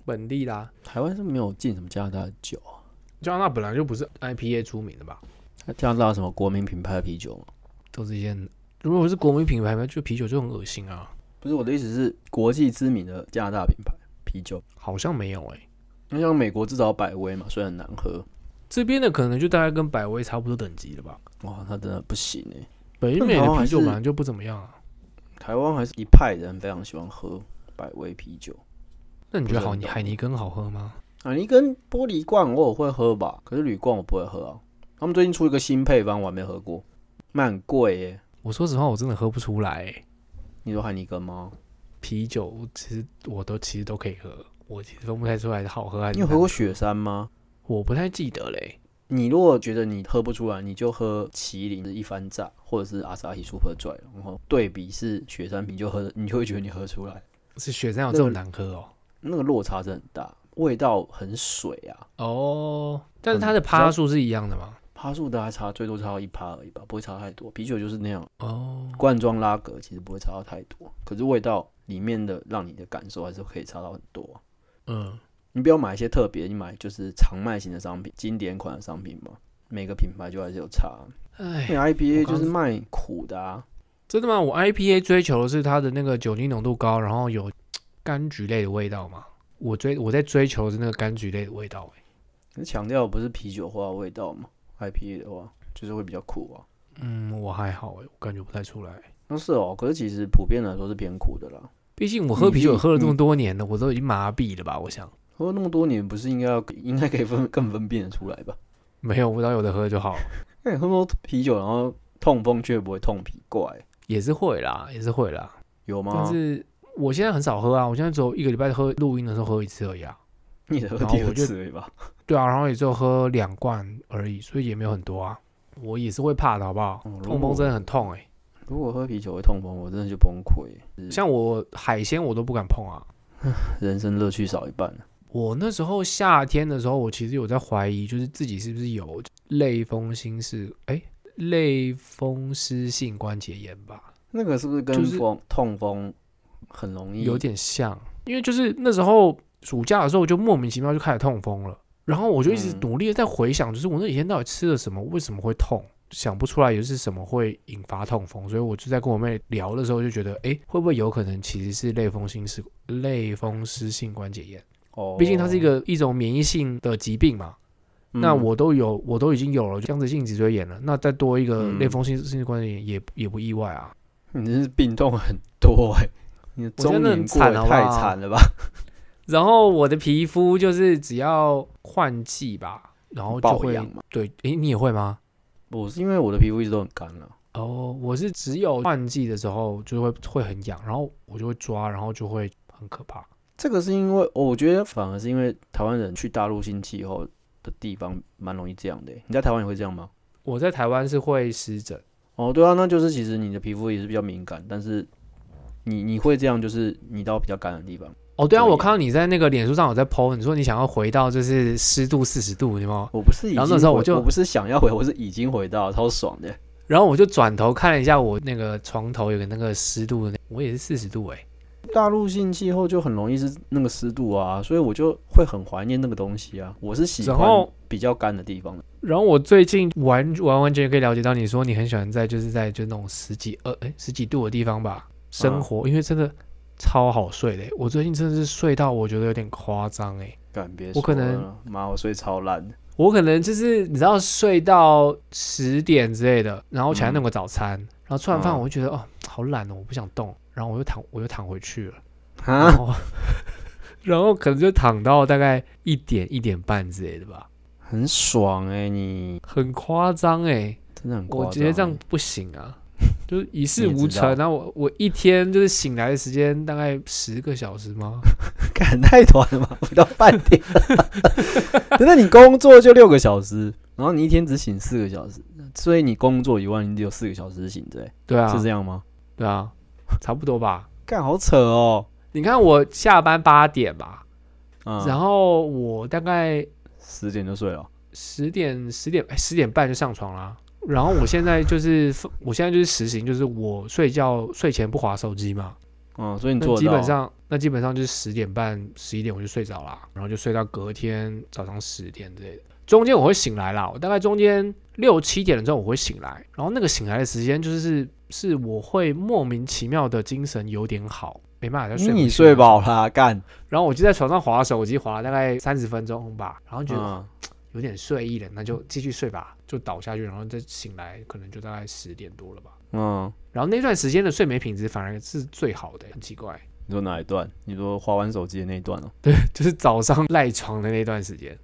Speaker 1: 本地的、啊，
Speaker 2: 台湾是没有进什么加拿大的酒啊？
Speaker 1: 加拿大本来就不是 IPA 出名的吧？
Speaker 2: 那加拿大有什么国民品牌的啤酒吗？
Speaker 1: 都是一些如果是国民品牌嘛，就啤酒就很恶心啊。
Speaker 2: 不是我的意思是国际知名的加拿大品牌啤酒，
Speaker 1: 好像没有哎、
Speaker 2: 那像美国至少有百威嘛，虽然很难喝，
Speaker 1: 这边的可能就大概跟百威差不多等级了吧。
Speaker 2: 哇，它真的不行哎、
Speaker 1: 北美的啤酒
Speaker 2: 那台湾还是
Speaker 1: 本来就不怎么样啊。
Speaker 2: 台湾还是一派人非常喜欢喝百威啤酒，
Speaker 1: 那你觉得好
Speaker 2: 不是很
Speaker 1: 你海尼根好喝吗？
Speaker 2: 啊，你跟玻璃罐偶尔会喝吧，可是铝罐我不会喝啊。他们最近出一个新配方，我还没喝过，卖很贵耶、
Speaker 1: 我说实话，我真的喝不出来欸、
Speaker 2: 你说海尼根吗？
Speaker 1: 啤酒我其实我都其实都可以喝，我其实分不太出来好喝还是
Speaker 2: 你有喝过雪山吗？
Speaker 1: 我不太记得嘞。
Speaker 2: 你如果觉得你喝不出来，你就喝麒麟的一番榨，或者是阿萨希 Super Dry，然后对比是雪山啤，你就喝，你就会觉得你喝出来，
Speaker 1: 是雪山有这么
Speaker 2: 那
Speaker 1: 难喝哦？
Speaker 2: 那个落差真的很大。味道很水啊，
Speaker 1: 哦，但是
Speaker 2: 嗯
Speaker 1: 它的
Speaker 2: 比较
Speaker 1: 趴数是一样的嘛？
Speaker 2: 趴数大概差最多差到一趴而已吧，不会差太多。啤酒就是那样，
Speaker 1: 哦，
Speaker 2: 罐装拉格其实不会差到太多，可是味道里面的让你的感受还是可以差到很多啊、
Speaker 1: 嗯，
Speaker 2: 你不要买一些特别，你买就是常卖型的商品、经典款的商品嘛，每个品牌就还是有差。因
Speaker 1: 哎，
Speaker 2: 为
Speaker 1: 我
Speaker 2: IPA
Speaker 1: 刚
Speaker 2: 就是卖苦的啊，
Speaker 1: 真的吗？我 IPA 追求的是它的那个酒精浓度高，然后有柑橘类的味道嘛？我追我在追求的是那个柑橘类的味道、哎，
Speaker 2: 可是强调的不是啤酒花的味道嘛，IPA 的话就是会比较苦啊。
Speaker 1: 嗯，我还好、哎，我感觉不太出来。
Speaker 2: 那是哦，可是其实普遍来说是偏苦的啦。
Speaker 1: 毕竟我喝啤酒
Speaker 2: 你
Speaker 1: 也喝了这么多年了，我都已经麻痹了吧？我想
Speaker 2: 喝那么多年，不是应该要应该可以分更分辨得出来吧？
Speaker 1: 没有，我只要有的喝就好，
Speaker 2: 那你喝那么多啤酒，然后痛风却不会痛皮，怪
Speaker 1: 也是会啦，也是会啦。
Speaker 2: 有
Speaker 1: 但
Speaker 2: 吗？
Speaker 1: 是我现在很少喝啊，我现在只有一个礼拜喝录音的时候喝一次而已啊。
Speaker 2: 你的喝
Speaker 1: 然后
Speaker 2: 第
Speaker 1: 我
Speaker 2: 二
Speaker 1: 就
Speaker 2: 次而已吧？
Speaker 1: 对啊，然后也就喝两罐而已，所以也没有很多啊。我也是会怕的，好不好？
Speaker 2: 哦
Speaker 1: 痛风真的很痛哎、
Speaker 2: 如果喝啤酒会痛风，我真的就崩溃，
Speaker 1: 像我海鲜我都不敢碰啊。
Speaker 2: 人生乐趣少一半了。啊
Speaker 1: 我那时候夏天的时候，我其实有在怀疑，就是自己是不是有类风湿是哎类风湿性关节炎吧，
Speaker 2: 那个是不是跟
Speaker 1: 就是
Speaker 2: 风痛风很容易
Speaker 1: 有点像。因为就是那时候暑假的时候，就莫名其妙就开始痛风了，然后我就一直
Speaker 2: 嗯
Speaker 1: 努力的在回想，就是我那几天到底吃了什么，为什么会痛。想不出来也是什么会引发痛风，所以我就在跟我妹聊的时候就觉得，哎、会不会有可能其实是类风湿是类风湿性关节炎？
Speaker 2: 哦？
Speaker 1: 毕竟它是一个一种免疫性的疾病嘛。
Speaker 2: 嗯，
Speaker 1: 那我都有，我都已经有了僵直性脊椎炎了，那再多一个
Speaker 2: 嗯
Speaker 1: 类风湿性关节炎也也不意外啊。
Speaker 2: 你真是病痛很多哎、你的
Speaker 1: 我觉
Speaker 2: 中
Speaker 1: 得
Speaker 2: 年
Speaker 1: 很
Speaker 2: 过
Speaker 1: 惨
Speaker 2: 得
Speaker 1: 好不
Speaker 2: 太
Speaker 1: 好
Speaker 2: 惨了吧？
Speaker 1: 然后我的皮肤就是只要换季吧，然后就
Speaker 2: 爆
Speaker 1: 会
Speaker 2: 痒嘛
Speaker 1: 对，诶，你也会吗？
Speaker 2: 我是因为我的皮肤一直都很干了、
Speaker 1: 哦，我是只有换季的时候就会会很痒，然后我就会抓，然后就会很可怕。
Speaker 2: 这个是因为我觉得反而是因为台湾人去大陆新气候的地方蛮容易这样的欸、你在台湾也会这样吗？
Speaker 1: 我在台湾是会湿疹，
Speaker 2: 哦，对啊，那就是其实你的皮肤也是比较敏感，但是你你会这样，就是你到比较干的地方。
Speaker 1: 哦，对啊，
Speaker 2: 对
Speaker 1: 我看到你在那个脸书上有在 PO，你说你想要回到就是湿度四十度，你有没有？
Speaker 2: 我不是已经
Speaker 1: 然后那时候我
Speaker 2: 回
Speaker 1: 就
Speaker 2: 我不是想要回，我是已经回到，超爽的。
Speaker 1: 然后我就转头看了一下我那个床头有个那个湿度的那，我也是四十度哎、
Speaker 2: 大陆性气候就很容易是那个湿度啊，所以我就会很怀念那个东西啊。我是喜
Speaker 1: 然
Speaker 2: 欢
Speaker 1: 后
Speaker 2: 比较干的地方的。
Speaker 1: 然后我最近完完完全全可以了解到，你说你很喜欢在就是在就那种十几二哎十几度的地方吧生活，因为真的超好睡的欸、我最近真的是睡到我觉得有点夸张哎、
Speaker 2: 干别
Speaker 1: 我可
Speaker 2: 说
Speaker 1: 能
Speaker 2: 了妈，我睡超 烂的。
Speaker 1: 我可能就是你知道睡到十点之类的，然后起来弄个早餐，然后吃完饭
Speaker 2: 嗯
Speaker 1: 我就觉得、哦好懒哦，我不想动，然后我又躺我又躺回去了。然
Speaker 2: 哈，
Speaker 1: 后 然后可能就躺到大概一点一点半之类的吧，
Speaker 2: 很爽哎、你
Speaker 1: 很夸张哎、
Speaker 2: 真的很夸
Speaker 1: 我
Speaker 2: 张欸、
Speaker 1: 觉得这样不行啊，就是一事
Speaker 2: 你也
Speaker 1: 无
Speaker 2: 知
Speaker 1: 成
Speaker 2: 道
Speaker 1: 啊。我我一天就是醒来的时间大概十个小时吗？
Speaker 2: 赶太短了嘛，不到半点。 那你工作就六个小时，然后你一天只醒四个小时，所以你工作以外，你只有四个小时醒着、欸，
Speaker 1: 对啊
Speaker 2: 是，这样吗？
Speaker 1: 对啊，差不多吧。
Speaker 2: 干好扯哦。
Speaker 1: 你看我下班八点吧，
Speaker 2: 嗯，
Speaker 1: 然后我大概
Speaker 2: 十点就睡了。
Speaker 1: 十点十点哎十点半就上床啦。然后我现在就是 我现在就是实行，就是我睡觉睡前不划手机嘛。
Speaker 2: 嗯，所以你
Speaker 1: 那
Speaker 2: 做得
Speaker 1: 基本
Speaker 2: 到
Speaker 1: 上，那基本上就是十点半、十一点我就睡着啦，然后就睡到隔天早上十点之类的。中间我会醒来啦，我大概中间六七点的时候我会醒来，然后那个醒来的时间就是是我会莫名其妙的精神有点好，没办法再
Speaker 2: 因
Speaker 1: 睡。
Speaker 2: 为你睡。饱啦，干。
Speaker 1: 然后我就在床上划手机，划了大概三十分钟吧，然后觉得
Speaker 2: 嗯，
Speaker 1: 有点睡意了，那就继续睡吧，就倒下去，然后再醒来，可能就大概十点多了吧。
Speaker 2: 嗯，
Speaker 1: 然后那段时间的睡眠品质反而是最好的，很奇怪。
Speaker 2: 你说哪一段？你说划完手机的那一段哦、
Speaker 1: 就是早上赖床的那段时间。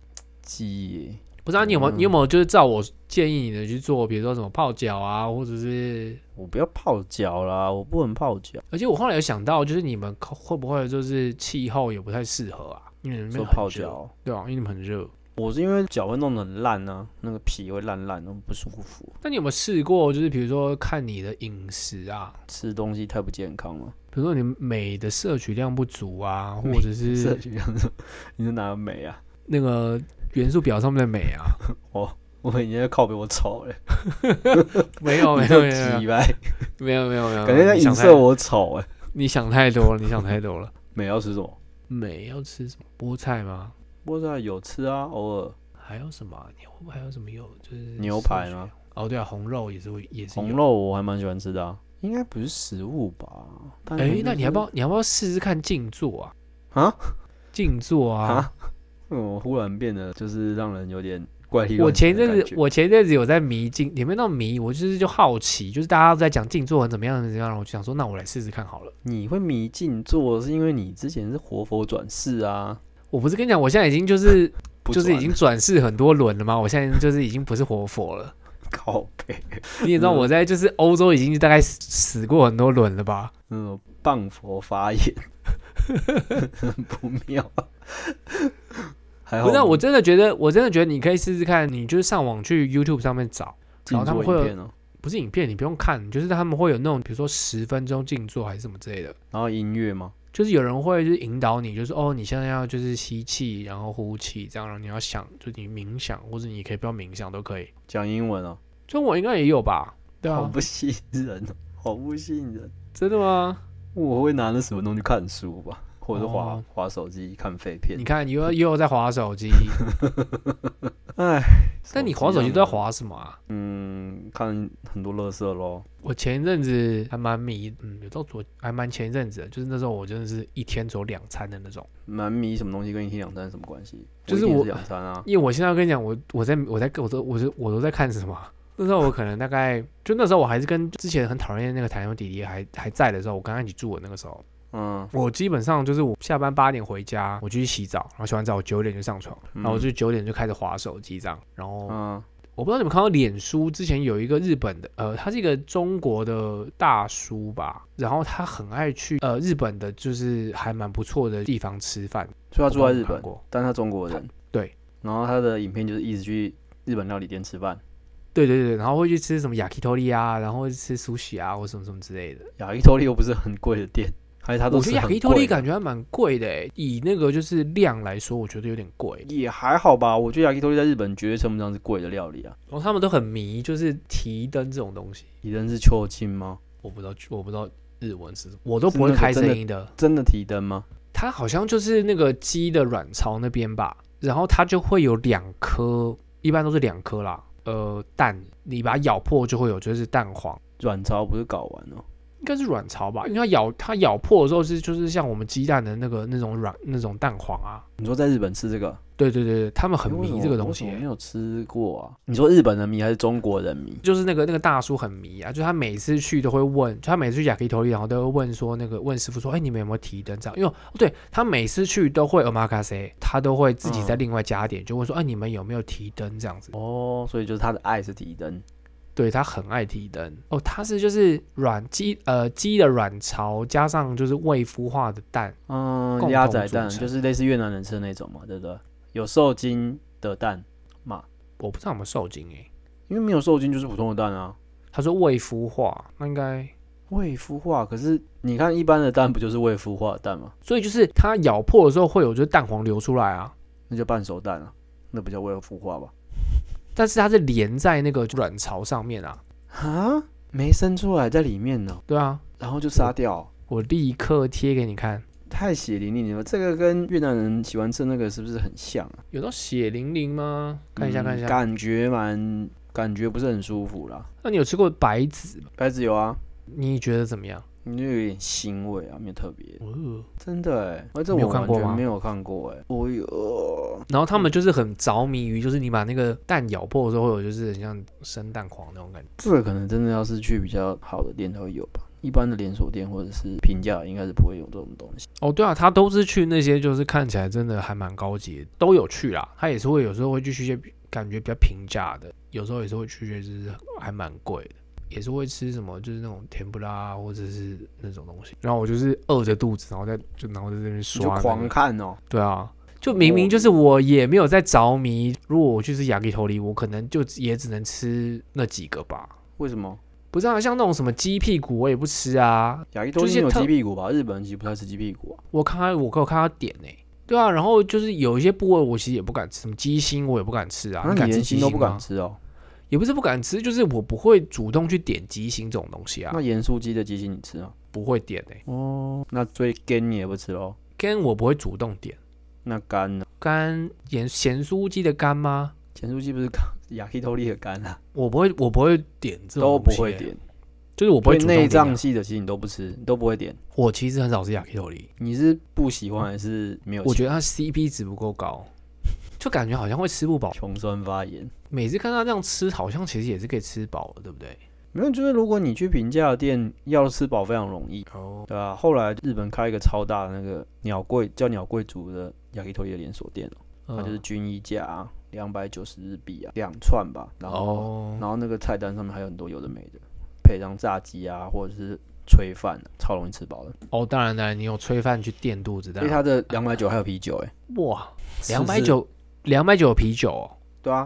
Speaker 2: 记忆欸。
Speaker 1: 不知道、你有没有、
Speaker 2: 嗯
Speaker 1: 你有没有就是照我建议你的去做，比如说什么泡脚啊，或者是，
Speaker 2: 我不要泡脚啦，我不能泡脚。
Speaker 1: 而且我后来有想到，就是你们会不会就是气候也不太适合啊？因为你们那
Speaker 2: 说
Speaker 1: 边
Speaker 2: 泡
Speaker 1: 很热
Speaker 2: 脚，
Speaker 1: 对啊，因为你们很热。
Speaker 2: 我是因为脚会弄得很烂啊，那个皮会烂烂，的，不舒服。
Speaker 1: 那你有没有试过，就是比如说看你的饮食啊，
Speaker 2: 吃东西太不健康了。
Speaker 1: 比如说你镁的摄取量不足啊，或
Speaker 2: 镁
Speaker 1: 者
Speaker 2: 摄
Speaker 1: 是
Speaker 2: 取量是，你是哪个美啊？
Speaker 1: 那个元素表上面的镁啊，
Speaker 2: 我以前靠比我丑嘞，
Speaker 1: 没有哦没有
Speaker 2: 你就
Speaker 1: 没有嗯
Speaker 2: 鸡掰，
Speaker 1: 没有没有没有，
Speaker 2: 感觉在
Speaker 1: 你想
Speaker 2: 影
Speaker 1: 太
Speaker 2: 射，我丑哎。
Speaker 1: 你想太多了，你想太多了。
Speaker 2: 美要吃什么？
Speaker 1: 镁要吃什么菠菜吗？
Speaker 2: 菠菜有吃啊，偶尔
Speaker 1: 还有什么啊、牛还有什么有就是
Speaker 2: 牛排吗？
Speaker 1: 哦，对啊，红肉也是会也是有
Speaker 2: 红。肉我还蛮喜欢吃的啊，应该不是食物吧？但
Speaker 1: 哎、
Speaker 2: 可能
Speaker 1: 那
Speaker 2: 就
Speaker 1: 你要
Speaker 2: 是
Speaker 1: 不要你要不要试试看静坐啊？
Speaker 2: 啊
Speaker 1: 静坐啊！
Speaker 2: 啊？为什么忽然变得就是让人有点怪力
Speaker 1: 我
Speaker 2: 乱
Speaker 1: 前一
Speaker 2: 神的
Speaker 1: 阵
Speaker 2: 感觉？
Speaker 1: 子我前一阵子有在迷静，也没到迷，我就是就好奇，就是大家都在讲静坐很怎么样怎么样，然后我就想说，那我来试试看好了。
Speaker 2: 你会迷静坐，是因为你之前是活佛转世啊，
Speaker 1: 我不是跟你讲，我现在已经就是
Speaker 2: 不
Speaker 1: 就是
Speaker 2: 转
Speaker 1: 已经转世很多轮了吗？我现在就是已经不是活佛了。
Speaker 2: 靠背
Speaker 1: 你也知道
Speaker 2: 嗯
Speaker 1: 我在就是欧洲已经大概死死过很多轮了吧？
Speaker 2: 那种谤佛发言， 不妙。还好
Speaker 1: 不是啊，我真的觉得，我真的觉得你可以试试看，你就是上网去 YouTube 上面找，
Speaker 2: 静
Speaker 1: 然后他
Speaker 2: 坐
Speaker 1: 们会有
Speaker 2: 影片哦，
Speaker 1: 不是影片，你不用看，就是他们会有那种，比如说十分钟静坐还是什么之类的，
Speaker 2: 然后音乐嘛，
Speaker 1: 就是有人会就是引导你，就是哦，你现在要就是吸气，然后呼气，这样，然后你要想，就你冥想，或者你可以不要冥想都可以。
Speaker 2: 讲英文哦，
Speaker 1: 中文应该也有吧？对
Speaker 2: 好
Speaker 1: 啊，
Speaker 2: 不吸引人哦，好不吸引人。
Speaker 1: 真的吗？
Speaker 2: 我会拿那什么东西看书吧，或者是滑
Speaker 1: 哦
Speaker 2: 滑手机看废片
Speaker 1: 你。看，又又有在划手 机，
Speaker 2: 哎，
Speaker 1: 但你划手机都在划什么啊？
Speaker 2: 嗯，看很多乐色咯。
Speaker 1: 我前一阵子还蛮迷，嗯，有到昨还蛮前一阵子的，就是那时候我真的是一天只有两餐的那种。
Speaker 2: 蛮迷什么东西跟一天两餐什么关系？
Speaker 1: 就是
Speaker 2: 一天
Speaker 1: 我
Speaker 2: 吃两餐啊，
Speaker 1: 因为我现在要跟你讲，我我在我在我都我都我都在看什么啊？那时候我可能大概就那时候我还是跟之前很讨厌那个台中弟弟还还在的时候，我跟他一起住的那个时候，
Speaker 2: 嗯，
Speaker 1: 我基本上就是我下班八点回家，我就去洗澡，然后洗完澡我九点就上床，然后我就九点就开始划手机这样，然后
Speaker 2: 嗯，
Speaker 1: 我不知道你们看到脸书之前有一个日本的，呃，他是一个中国的大叔吧，然后他很爱去呃日本的，就是还蛮不错的地方吃饭。
Speaker 2: 所以他住在
Speaker 1: 我帮
Speaker 2: 日
Speaker 1: 你看
Speaker 2: 本，
Speaker 1: 过
Speaker 2: 但他中国人。
Speaker 1: 对。
Speaker 2: 然后他的影片就是一直去日本料理店吃饭，
Speaker 1: 对对对，然后会去吃什么 yakitori 啊，然后会吃 sushi 啊，或什么什么之类的。
Speaker 2: 雅伊托利又不是很贵的店，还是他都
Speaker 1: 我
Speaker 2: 是
Speaker 1: 觉得
Speaker 2: 很贵
Speaker 1: yakitori
Speaker 2: 的
Speaker 1: 感觉还蛮贵的欸，以那个就是量来说，我觉得有点贵。
Speaker 2: 也还好吧。我觉得雅伊托利在日本绝对称不上是贵的料理啊。
Speaker 1: 然后哦他们都很迷，就是提灯这种东西，
Speaker 2: 你认识秋金吗？
Speaker 1: 我不知道，我不知道日文是什么，我都不
Speaker 2: 是
Speaker 1: 会
Speaker 2: 那个
Speaker 1: 开
Speaker 2: 真的
Speaker 1: 声音的。
Speaker 2: 真的提灯吗？
Speaker 1: 它好像就是那个鸡的卵巢那边吧，然后它就会有两颗，一般都是两颗啦。呃，蛋你把它咬破就会有，就是蛋黄，
Speaker 2: 卵巢不是搞完哦了、
Speaker 1: 应该是卵巢吧？因为它咬它咬破的时候是就是像我们鸡蛋的那个那种软那种蛋黄啊。
Speaker 2: 你说在日本吃这个
Speaker 1: 对对对对，他们很
Speaker 2: 诶为什
Speaker 1: 迷
Speaker 2: 么
Speaker 1: 这个东西
Speaker 2: 哎为什
Speaker 1: 欸、
Speaker 2: 么没有吃过啊？你说日本人迷还是中国人迷？
Speaker 1: 就是那个那个大叔很迷啊，就他每次去都会问，就他每次去雅克头里，然后都会问说那个问师傅说，哎、你们有没有提灯这样？因为哦对他每次去都会 omakase，他都会自己再
Speaker 2: 嗯
Speaker 1: 另外加点，就问说，哎、你们有没有提灯这样子？
Speaker 2: 哦，所以就是他的爱是提灯，
Speaker 1: 对他很爱提灯哦，他是就是卵鸡呃鸡的卵巢加上就是未孵化的蛋，
Speaker 2: 嗯
Speaker 1: 共，
Speaker 2: 鸭
Speaker 1: 同
Speaker 2: 仔
Speaker 1: 组
Speaker 2: 蛋
Speaker 1: 成
Speaker 2: 就是类似越南人吃的那种嘛，对不对？有受精的蛋嘛，
Speaker 1: 我不知道有没有受精欸诶、
Speaker 2: 因为没有受精就是普通的蛋啊。
Speaker 1: 他说未孵化，那应该
Speaker 2: 未孵化，可是你看一般的蛋不就是未孵化的蛋吗？
Speaker 1: 所以就是它咬破的时候会有就是蛋黄流出来啊，
Speaker 2: 那叫半熟蛋啊，那不叫未孵化吧？
Speaker 1: 但是它是连在那个卵巢上面啊，
Speaker 2: 啊，没生出来在里面呢，
Speaker 1: 对啊，
Speaker 2: 然后就杀掉，
Speaker 1: 我立刻贴给你看，
Speaker 2: 太血淋淋了。这个跟越南人喜欢吃那个是不是很像啊？
Speaker 1: 有到血淋淋吗？看一下
Speaker 2: 嗯
Speaker 1: 看一下，
Speaker 2: 感觉蛮感觉不是很舒服啦。
Speaker 1: 那你有吃过白子吗？
Speaker 2: 白子油啊，
Speaker 1: 你觉得怎么样？
Speaker 2: 你就有点腥味啊，没有特别。
Speaker 1: 哦，
Speaker 2: 真的哎、欸，这
Speaker 1: 你有
Speaker 2: 我
Speaker 1: 看
Speaker 2: 完
Speaker 1: 过
Speaker 2: 全
Speaker 1: 吗
Speaker 2: 没有看过哎、我有，
Speaker 1: 然后他们就是很着迷于，就是你把那个蛋咬破的时候，会有就是很像生蛋黄那种感觉。
Speaker 2: 这个可能真的要是去比较好的店才会有吧，一般的连锁店或者是平价应该是不会有这种东西。
Speaker 1: 哦，对啊，他都是去那些就是看起来真的还蛮高级的，都有去啦。他也是会有时候会去去一些感觉比较平价的，有时候也是会去一些就是还蛮贵的，也是会吃什么就是那种甜不拉或者是那种东西。然后我就是饿着肚子，然后在就然后在这边
Speaker 2: 你就
Speaker 1: 刷、那
Speaker 2: 狂
Speaker 1: 个
Speaker 2: 看哦，
Speaker 1: 对啊，就明明就是我也没有在着迷，如果我去吃雅克头里，我可能就也只能吃那几个吧。
Speaker 2: 为什么？
Speaker 1: 不是啊，像那种什么鸡屁股我也不吃啊。
Speaker 2: 亚裔都是有鸡屁股吧？日本人其实不太吃鸡屁股、啊。
Speaker 1: 我看他，我我看他点呢、对啊，然后就是有一些部位我其实也不敢吃，什么鸡心我也不敢吃啊。
Speaker 2: 那
Speaker 1: 你敢
Speaker 2: 你
Speaker 1: 吃
Speaker 2: 连
Speaker 1: 鸡
Speaker 2: 心都不
Speaker 1: 心
Speaker 2: 敢
Speaker 1: 吗
Speaker 2: 吃哦？
Speaker 1: 也不是不敢吃，就是我不会主动去点鸡心这种东西啊
Speaker 2: 那，盐酥鸡的鸡心你吃啊？
Speaker 1: 不会点诶、
Speaker 2: 哦，那最干你也不吃喽？
Speaker 1: 干我不会主动点，
Speaker 2: 那干呢？
Speaker 1: 干盐咸酥鸡的干吗？
Speaker 2: 咸酥鸡不是干亚克托利的干啊？
Speaker 1: 我不会，我不会点这种
Speaker 2: 都不
Speaker 1: 东西
Speaker 2: 会
Speaker 1: 欸，
Speaker 2: 点，
Speaker 1: 就是我不
Speaker 2: 所
Speaker 1: 会
Speaker 2: 以
Speaker 1: 主动
Speaker 2: 内
Speaker 1: 点
Speaker 2: 脏
Speaker 1: 啊。
Speaker 2: 系的其实你都不吃，你都不会点。
Speaker 1: 我其实很少吃 yakitori，
Speaker 2: 你是不喜欢还是没有钱？
Speaker 1: 我觉得它 CP 值不够高， 就感觉好像会吃不饱。
Speaker 2: 穷酸发言。
Speaker 1: 每次看他这样吃，好像其实也是可以吃饱了，对不对？
Speaker 2: 没有，就是如果你去平价的店要吃饱非常容易，
Speaker 1: 哦，
Speaker 2: 对吧、后来日本开一个超大的那个鸟贵叫鸟贵族的亚克托利的连锁店哦，
Speaker 1: 嗯
Speaker 2: 它就是均一价啊两百九十日币啊，两串吧，然后、
Speaker 1: 哦，
Speaker 2: 然后那个菜单上面还有很多有的没的，配上炸鸡啊或者是炊饭、啊，超容易吃饱的。
Speaker 1: 哦，当然当然，你有炊饭去垫肚子
Speaker 2: 因
Speaker 1: 的
Speaker 2: 为它的两百九还有啤酒、 欸，哎，
Speaker 1: 哇，
Speaker 2: 是
Speaker 1: 两
Speaker 2: 不
Speaker 1: 百
Speaker 2: 是，
Speaker 1: 九两百九啤酒哦、
Speaker 2: 对啊，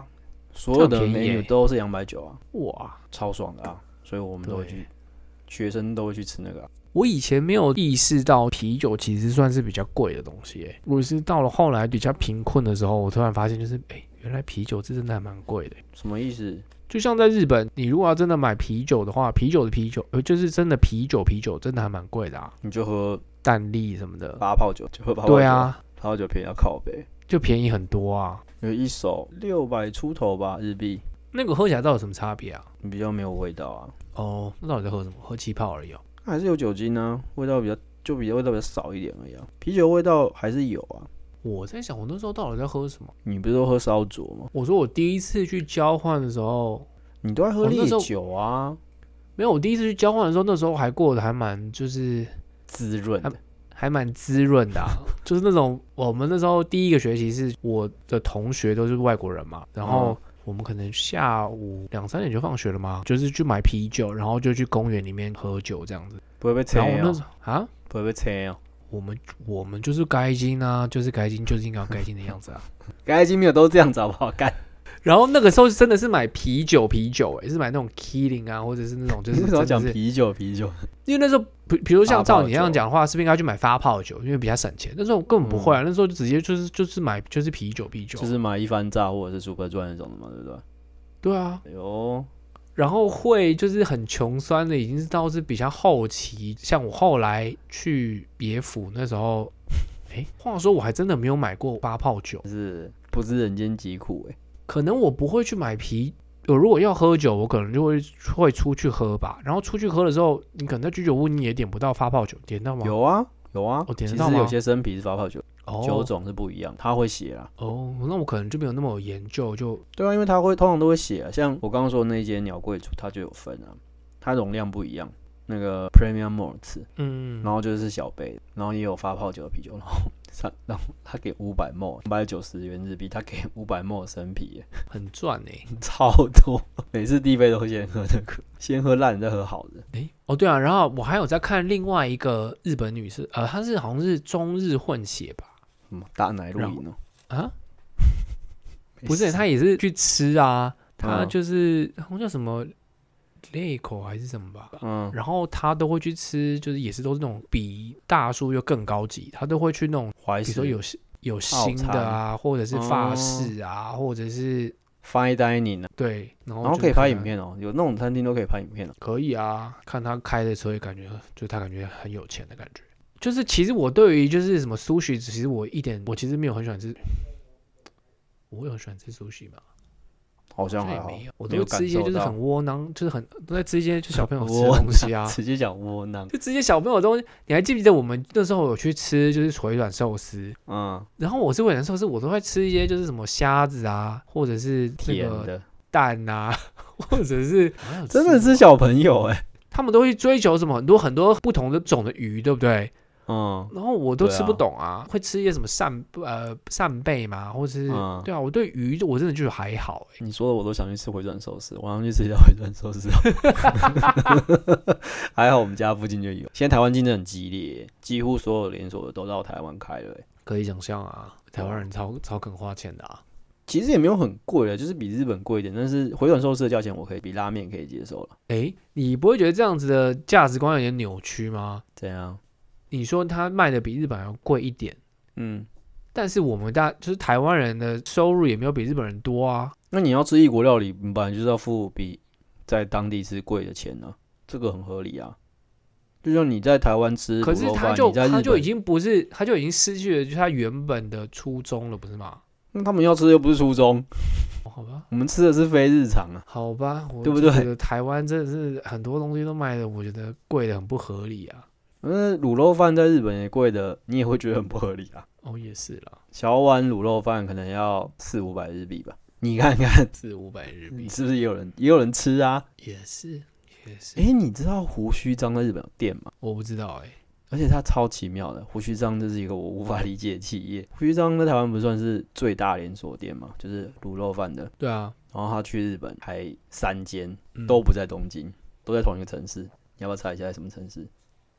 Speaker 2: 所有
Speaker 1: 这
Speaker 2: 的
Speaker 1: 样便宜
Speaker 2: 美女
Speaker 1: 欸
Speaker 2: 都是两百九啊，
Speaker 1: 哇！
Speaker 2: 超爽的啊，所以我们都会
Speaker 1: 对
Speaker 2: 去，学生都会去吃那个啊、
Speaker 1: 我以前没有意识到啤酒其实算是比较贵的东西、欸，我是到了后来比较贫困的时候，我突然发现就是，哎、原来啤酒这真的还蛮贵的、
Speaker 2: 什么意思？
Speaker 1: 就像在日本，你如果要真的买啤酒的话，啤酒的啤酒，呃，就是真的啤酒，啤酒真的还蛮贵的啊，
Speaker 2: 你就喝
Speaker 1: 蛋力什么的，
Speaker 2: 八泡酒，就喝啊八泡酒，
Speaker 1: 对，啊，
Speaker 2: 八泡酒便宜要靠背，
Speaker 1: 就便宜很多啊。
Speaker 2: 有一手六百出头吧日币，
Speaker 1: 那个喝起来到底有什么差别啊？
Speaker 2: 比较没有味道啊，
Speaker 1: 哦，那到底在喝什么？喝气泡而已哦。
Speaker 2: 还是有酒精啊，味道比较就比较味道比较少一点而已啊，啤酒味道还是有啊。
Speaker 1: 我在想，我那时候到底在喝什么？
Speaker 2: 你不是都喝烧酒吗？
Speaker 1: 我说我第一次去交换的时候，
Speaker 2: 你都在喝
Speaker 1: 我哦那
Speaker 2: 烈
Speaker 1: 时候
Speaker 2: 酒啊，
Speaker 1: 没有，我第一次去交换的时候，那时候还过得还蛮就是
Speaker 2: 滋润的。
Speaker 1: 还蛮滋润的啊、 就是那种我们那时候第一个学期是我的同学都是外国人嘛，然后我们可能下午两三点就放学了嘛，就是去买啤酒，然后就去公园里面喝酒这样子。
Speaker 2: 不会被吹
Speaker 1: 然后我那
Speaker 2: 哦
Speaker 1: 时，候啊，
Speaker 2: 不会被吹哦。
Speaker 1: 我们我们就是该精啊，就是该精，就是应该要该精的样子啊。
Speaker 2: 该金没有都这样子好 不好？干，
Speaker 1: 然后那个时候真的是买啤酒，啤酒、欸，也是买那种 Killing 啊，或者是那种就
Speaker 2: 你
Speaker 1: 是
Speaker 2: 那时候
Speaker 1: 真
Speaker 2: 讲
Speaker 1: 的是啊
Speaker 2: 啤酒，啤酒，
Speaker 1: 因为那时候，比比如像
Speaker 2: 发泡
Speaker 1: 照你那样
Speaker 2: 酒
Speaker 1: 讲的话，是不是应该去买发泡酒，因为比较省钱？那时候根本不会啊，那时候就直接就是就是买就是啤酒啤酒，
Speaker 2: 嗯就是买一番炸或者是 Super 赚那种的嘛，对不对？
Speaker 1: 对啊。
Speaker 2: 哎呦，
Speaker 1: 然后会就是很穷酸的，已经是到是比较后期，像我后来去别府那时候，哎，话说我还真的没有买过发泡酒，
Speaker 2: 就是不知人间疾苦哎、
Speaker 1: 可能我不会去买啤。我如果要喝酒，我可能就会会出去喝吧。然后出去喝的时候，你可能在居酒屋你也点不到发泡酒，点到吗？
Speaker 2: 有啊，有啊，
Speaker 1: 哦
Speaker 2: 其
Speaker 1: 点得
Speaker 2: 实
Speaker 1: 到吗
Speaker 2: 有些生啤是发泡酒，酒
Speaker 1: 哦
Speaker 2: 种是不一样，他会写啦。
Speaker 1: 哦，那我可能就没有那么有研究，就
Speaker 2: 对啊，因为他会通常都会写啊，像我刚刚说的那一间鸟贵族，它就有分啊，它容量不一样。那个 Premium Malt，
Speaker 1: 嗯，
Speaker 2: 然后就是小杯的，然后也有发泡酒的啤酒，然后他然后他给五百 m 五百九十元日币，他给五百 m 生啤耶，
Speaker 1: 很赚哎、
Speaker 2: 超多。每次第一杯都会先喝那个，先喝烂再喝好的。
Speaker 1: 哎、哦对啊，然后我还有在看另外一个日本女士，呃，她是好像是中日混血吧？
Speaker 2: 嗯，大奶露营哦，
Speaker 1: 啊，
Speaker 2: 没
Speaker 1: 不是，
Speaker 2: 事
Speaker 1: 她也是去吃啊，她
Speaker 2: 哎嗯
Speaker 1: 就是好像叫什么裂口还是什么吧。
Speaker 2: 嗯，
Speaker 1: 然后她都会去吃，就是也是都是那种比大叔又更高级，她都会去那种，
Speaker 2: 怀
Speaker 1: 比
Speaker 2: 石
Speaker 1: 如说有有新
Speaker 2: 套
Speaker 1: 的
Speaker 2: 餐哦
Speaker 1: 啊，或者是法式啊，或者是
Speaker 2: fine dining 啊，
Speaker 1: 对，然后
Speaker 2: 然后
Speaker 1: 就
Speaker 2: 可以
Speaker 1: 看
Speaker 2: 拍
Speaker 1: 她
Speaker 2: 影，片哦，有那种餐厅都可以拍影片哦。
Speaker 1: 可以啊，看他开的车也感觉，就他感觉很有钱的感觉。就是其实我对于就是什么 sushi，其实我一点我其实没有很喜欢吃，我有很喜欢吃 sushi 吗？
Speaker 2: 好像还
Speaker 1: 也
Speaker 2: 好，
Speaker 1: 没有，我
Speaker 2: 没
Speaker 1: 都
Speaker 2: 有
Speaker 1: 吃一些
Speaker 2: 感受
Speaker 1: 就是
Speaker 2: 到
Speaker 1: 很窝囊，就是很都在吃一些就 小朋友吃
Speaker 2: 窝
Speaker 1: 的东西啊，
Speaker 2: 直接讲窝囊。
Speaker 1: 就直接小朋友的东西。你还记不记得我们那时候有去吃就是回转寿司？
Speaker 2: 嗯，
Speaker 1: 然后我是回转寿司，我都会吃一些就是什么虾子啊，或者是那
Speaker 2: 甜
Speaker 1: 个
Speaker 2: 的，
Speaker 1: 蛋啊， 或者是好像有
Speaker 2: 真
Speaker 1: 吃
Speaker 2: 的是小朋友哎、
Speaker 1: 他们都会追求什么很多很多不同的种的鱼，对不对？
Speaker 2: 嗯，
Speaker 1: 然后我都
Speaker 2: 对啊
Speaker 1: 吃不懂啊，会吃一些什么扇呃扇贝嘛，或者是、
Speaker 2: 嗯
Speaker 1: 对啊，我对鱼我真的就是还好哎、
Speaker 2: 你说的我都想去吃回转寿司，我想去吃一下回转 寿司。还好我们家附近就有。现在台湾竞争很激烈，几乎所有连锁的都到台湾开了、欸。
Speaker 1: 可以想象啊，台湾人超超肯花钱的啊，
Speaker 2: 其实也没有很贵了，就是比日本贵一点，但是回转寿司的价钱我可以比拉面可以接受了。
Speaker 1: 哎，你不会觉得这样子的价值观有点扭曲吗？
Speaker 2: 怎样？
Speaker 1: 你说它卖的比日本要贵一点，
Speaker 2: 嗯，
Speaker 1: 但是我们大就是台湾人的收入也没有比日本人多啊。
Speaker 2: 那你要吃异国料理，你本来就是要付比在当地吃贵的钱啊，这个很合理啊。就像你在台湾吃
Speaker 1: 可
Speaker 2: 卤
Speaker 1: 是
Speaker 2: 肉
Speaker 1: 它
Speaker 2: 饭，
Speaker 1: 就
Speaker 2: 你在日
Speaker 1: 它就已
Speaker 2: 本，
Speaker 1: 经不是，它就已经失去了就是它原本的初衷了，不是吗？
Speaker 2: 那他们要吃的又不是初衷，
Speaker 1: 哦好吧，
Speaker 2: 我们吃的是非日常啊。
Speaker 1: 好吧，我
Speaker 2: 对不
Speaker 1: 就
Speaker 2: 对
Speaker 1: 觉得台湾真的是很多东西都卖的，我觉得贵的很不合理啊。
Speaker 2: 那卤肉饭在日本也贵的，你也会觉得很不合理啊。
Speaker 1: 哦，也是啦，
Speaker 2: 小碗卤肉饭可能要四五百日币吧，你看看
Speaker 1: 四五百日币
Speaker 2: 你是不是也有人也有人吃啊？
Speaker 1: 也是也是，
Speaker 2: 诶、你知道胡须章在日本有店吗？
Speaker 1: 我不知道哎、
Speaker 2: 而且它超奇妙的，胡须章这是一个我无法理解的企业。 胡须章在台湾不算是最大连锁店嘛，就是卤肉饭的。
Speaker 1: 对啊，
Speaker 2: 然后他去日本还三间
Speaker 1: 嗯
Speaker 2: 都不在东京，都在同一个城市。你要不要猜一下在什么城市？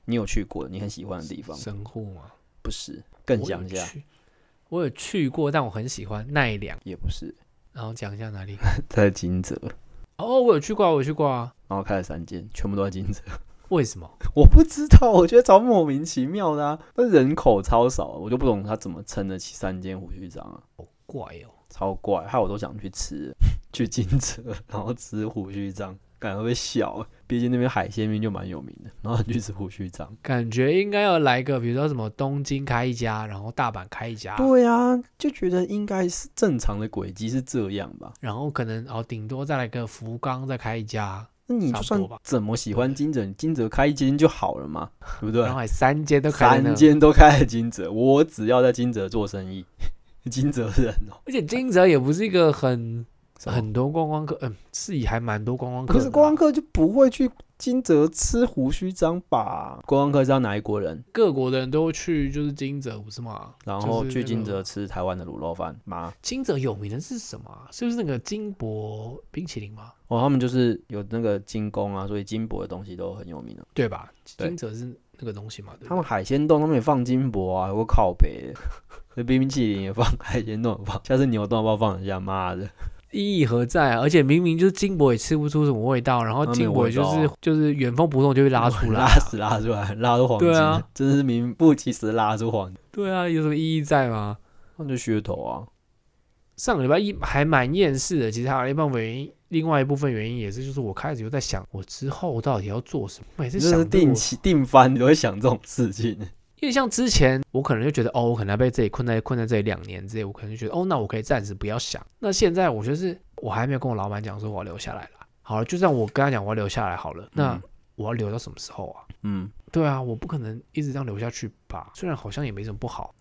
Speaker 2: 你有去过你很喜欢的地方？
Speaker 1: 神户嘛，
Speaker 2: 不是，更
Speaker 1: 我
Speaker 2: 想
Speaker 1: 有
Speaker 2: 一下，
Speaker 1: 去。我有去过，但我很喜欢奈良。
Speaker 2: 也不 是，
Speaker 1: 然后讲一下哪里？
Speaker 2: 在金泽。
Speaker 1: 哦，我有去过啊，我有去过啊。
Speaker 2: 然后开了三间，全部都在金泽。
Speaker 1: 为什么？
Speaker 2: 我不知道，我觉得超莫名其妙的、啊。那人口超少，我就不懂他怎么撑得起三间胡须章啊，
Speaker 1: 好怪哦。
Speaker 2: 超怪，害我都想去吃， 去金泽，然后吃胡须章，感觉会被笑。毕竟那边海鲜面就蛮有名的，然后你去吃胡须章。
Speaker 1: 感觉应该要来个，比如说什么东京开一家，然后大阪开一家，
Speaker 2: 对啊，就觉得应该是正常的轨迹是这样吧。
Speaker 1: 然后可能哦，顶多再来个福冈再开一家，
Speaker 2: 那你
Speaker 1: 差
Speaker 2: 就
Speaker 1: 不
Speaker 2: 算
Speaker 1: 多吧
Speaker 2: 怎么喜欢金泽，你金泽开一间就好了嘛，对不对
Speaker 1: 然后？还三间都开在那
Speaker 2: 三，间都开在金泽，我只要在金泽做生意， 金泽人哦、
Speaker 1: 而且金泽也不是一个很
Speaker 2: 什么
Speaker 1: 很多啊观光客，嗯，是也还蛮多观光客的
Speaker 2: 可
Speaker 1: 啦，
Speaker 2: 是观光客就不会去金泽吃胡须章吧？观光客是要哪一国人？
Speaker 1: 各国的人都去就是金泽，不是吗？
Speaker 2: 然后
Speaker 1: 就是
Speaker 2: 去
Speaker 1: 那个
Speaker 2: 金泽吃台湾的卤肉饭吗？
Speaker 1: 金泽有名的是什么啊？是不是那个金箔冰淇淋吗？
Speaker 2: 哦，他们就是有那个金工啊，所以金箔的东西都很有名啊。
Speaker 1: 对吧？
Speaker 2: 对
Speaker 1: 金泽是那个东西嘛？对不对
Speaker 2: 他们海鲜冻他们也放金箔啊，有个靠北的，那冰淇淋也放， 海鲜冻也放，下次牛冻要不要放一下？妈的，
Speaker 1: 意义何在、啊？而且明明就是金箔也吃不出什么味道，然后
Speaker 2: 它没有
Speaker 1: 金箔
Speaker 2: 味
Speaker 1: 就
Speaker 2: 道啊
Speaker 1: 是、就是原封不动就会拉出来
Speaker 2: 拉
Speaker 1: 啊、
Speaker 2: 屎拉出来，拉出黄金，
Speaker 1: 对啊
Speaker 2: 真是名不其实拉出黄金，
Speaker 1: 对啊，有什么意义在吗？
Speaker 2: 那就噱头啊。
Speaker 1: 上个礼拜一还蛮厌世的，其实还有一部分原因，另外一部分原因也是就是我开始又在想，我之后到底要做什么？每次
Speaker 2: 你
Speaker 1: 想
Speaker 2: 真
Speaker 1: 着
Speaker 2: 是
Speaker 1: 我
Speaker 2: 定期定番，你都会想这种事情。
Speaker 1: 因为像之前我可能就觉得哦，我可能要被这里困在困在这里两年之类，我可能就觉得哦，那我可以暂时不要想。
Speaker 2: 嗯
Speaker 1: 那现在我就是我还没有跟我老板讲说我要留下来了。好了，就算我跟他讲我要留下来好了，那
Speaker 2: 嗯
Speaker 1: 我要留到什么时候啊？
Speaker 2: 嗯，
Speaker 1: 对啊，我不可能一直这样留下去吧。虽然好像也没什么不 好。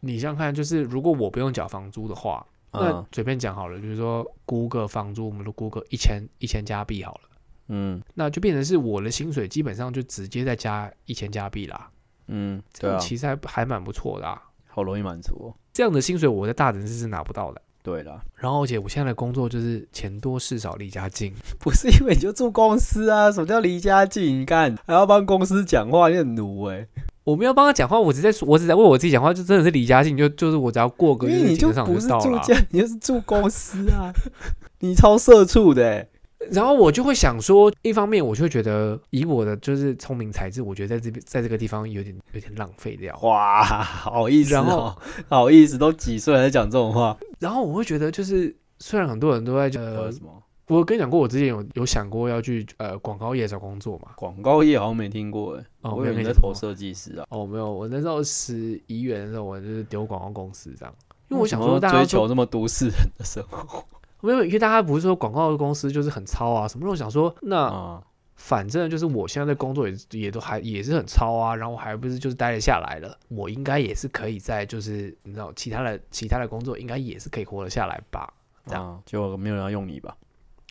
Speaker 1: 你想想看，就是如果我不用缴房租的话，那
Speaker 2: 嗯
Speaker 1: 随便讲好了，就是说估个房租，我们都估个一千一千加币好了，
Speaker 2: 嗯
Speaker 1: 那就变成是我的薪水基本上就直接再加一千加币啦。
Speaker 2: 嗯，
Speaker 1: 这
Speaker 2: 对啊
Speaker 1: 样，其实还、还蛮不错的、啊。
Speaker 2: 好容易满足、哦。
Speaker 1: 这样的薪水我在大城市是拿不到的。
Speaker 2: 对啦，
Speaker 1: 然后，而且我现在的工作就是钱多事少离家近，
Speaker 2: 不是因为你就住公司啊，什么叫离家近？你看还要帮公司讲话，你很奴哎、
Speaker 1: 我没有帮他讲话，我只在说我只在为我自己讲话，就真的是离家近，就就是我只要过
Speaker 2: 因
Speaker 1: 个
Speaker 2: 为
Speaker 1: 月
Speaker 2: 你
Speaker 1: 基本上
Speaker 2: 不
Speaker 1: 我
Speaker 2: 是
Speaker 1: 到
Speaker 2: 住
Speaker 1: 了啊。
Speaker 2: 家，你就是住公司啊， 你超社畜的、欸。
Speaker 1: 然后我就会想说，一方面我就会觉得以我的就是聪明才智，我觉得在这边在这个地方有点有点浪费掉。
Speaker 2: 哇，好意思
Speaker 1: 然
Speaker 2: 哦
Speaker 1: 后，
Speaker 2: 好意思，都几岁还在讲这种话？
Speaker 1: 然后我会觉得就是。虽然很多人都在呃
Speaker 2: 呃，，什么
Speaker 1: 我跟你讲过，我之前有有想过要去呃广告业找工作嘛。
Speaker 2: 广告业好像没听过哎、
Speaker 1: 哦，没
Speaker 2: 我以
Speaker 1: 有
Speaker 2: 为
Speaker 1: 跟
Speaker 2: 你
Speaker 1: 你
Speaker 2: 在
Speaker 1: 讲
Speaker 2: 投
Speaker 1: 过。
Speaker 2: 设计师啊。
Speaker 1: 哦，没有，我那时候十一元的时候，我就是丢广告公司这样，因为我想
Speaker 2: 为
Speaker 1: 说
Speaker 2: 什么
Speaker 1: 大家
Speaker 2: 哦追
Speaker 1: 都
Speaker 2: 求那么都市人的生活
Speaker 1: 没有，因为大家不是说广告公司就是很糙啊什么的。我想说，那
Speaker 2: 啊、
Speaker 1: 反正就是我现在的工作也也都还也是很超啊，然后还不是就是待得下来了，我应该也是可以在就是你知道其他的其他的工作应该也是可以活得下来吧？这样
Speaker 2: 啊，结果没有人要用你吧？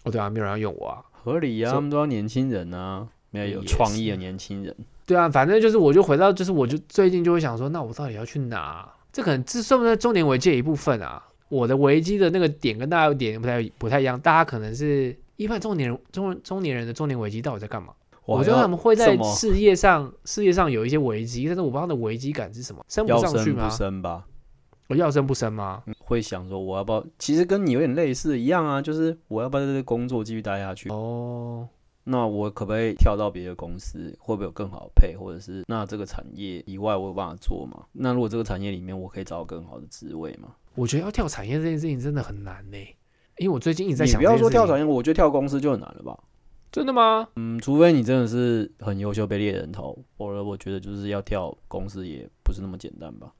Speaker 1: 哦对啊，没有人要用我啊，
Speaker 2: 合理啊，
Speaker 1: 所以
Speaker 2: 他们都要年轻人啊，没有有
Speaker 1: 也
Speaker 2: 创意的
Speaker 1: 是
Speaker 2: 年轻人。
Speaker 1: 对啊，反正就是我就回到就是我就最近就会想说，那我到底要去哪？这可能这算不算中年危机的一部分啊？我的危机的那个点跟大家有点不太不太一样，大家可能是一般中年人中中年人的中年危机到底在干嘛？
Speaker 2: 哇
Speaker 1: 我觉得
Speaker 2: 要
Speaker 1: 他们会
Speaker 2: 这
Speaker 1: 在
Speaker 2: 么
Speaker 1: 事业上事业上有一些危机，但是我不知道他的危机感是什么，升不
Speaker 2: 要
Speaker 1: 上去
Speaker 2: 生不嗯
Speaker 1: 吗？
Speaker 2: 生吧？
Speaker 1: 我要生不生吗？
Speaker 2: 会想说我要不要？其实跟你有点类似一样啊，就是我要不要在这个工作继续待下去？
Speaker 1: 哦，
Speaker 2: 那我可不可以跳到别的公司？会不会有更好的配？或者是那这个产业以外，我有办法做吗？那如果这个产业里面我可以找到更好的职位吗？
Speaker 1: 我觉得要跳产业这件事情真的很难呢、因为我最近一直在
Speaker 2: 你
Speaker 1: 想
Speaker 2: 不
Speaker 1: 这件
Speaker 2: 要
Speaker 1: 事情，
Speaker 2: 说跳产业，我觉得跳公司就很难了吧？
Speaker 1: 真的吗？
Speaker 2: 嗯，除非你真的是很优秀被猎人头，否则我觉得就是要跳公司也不是那么简单吧。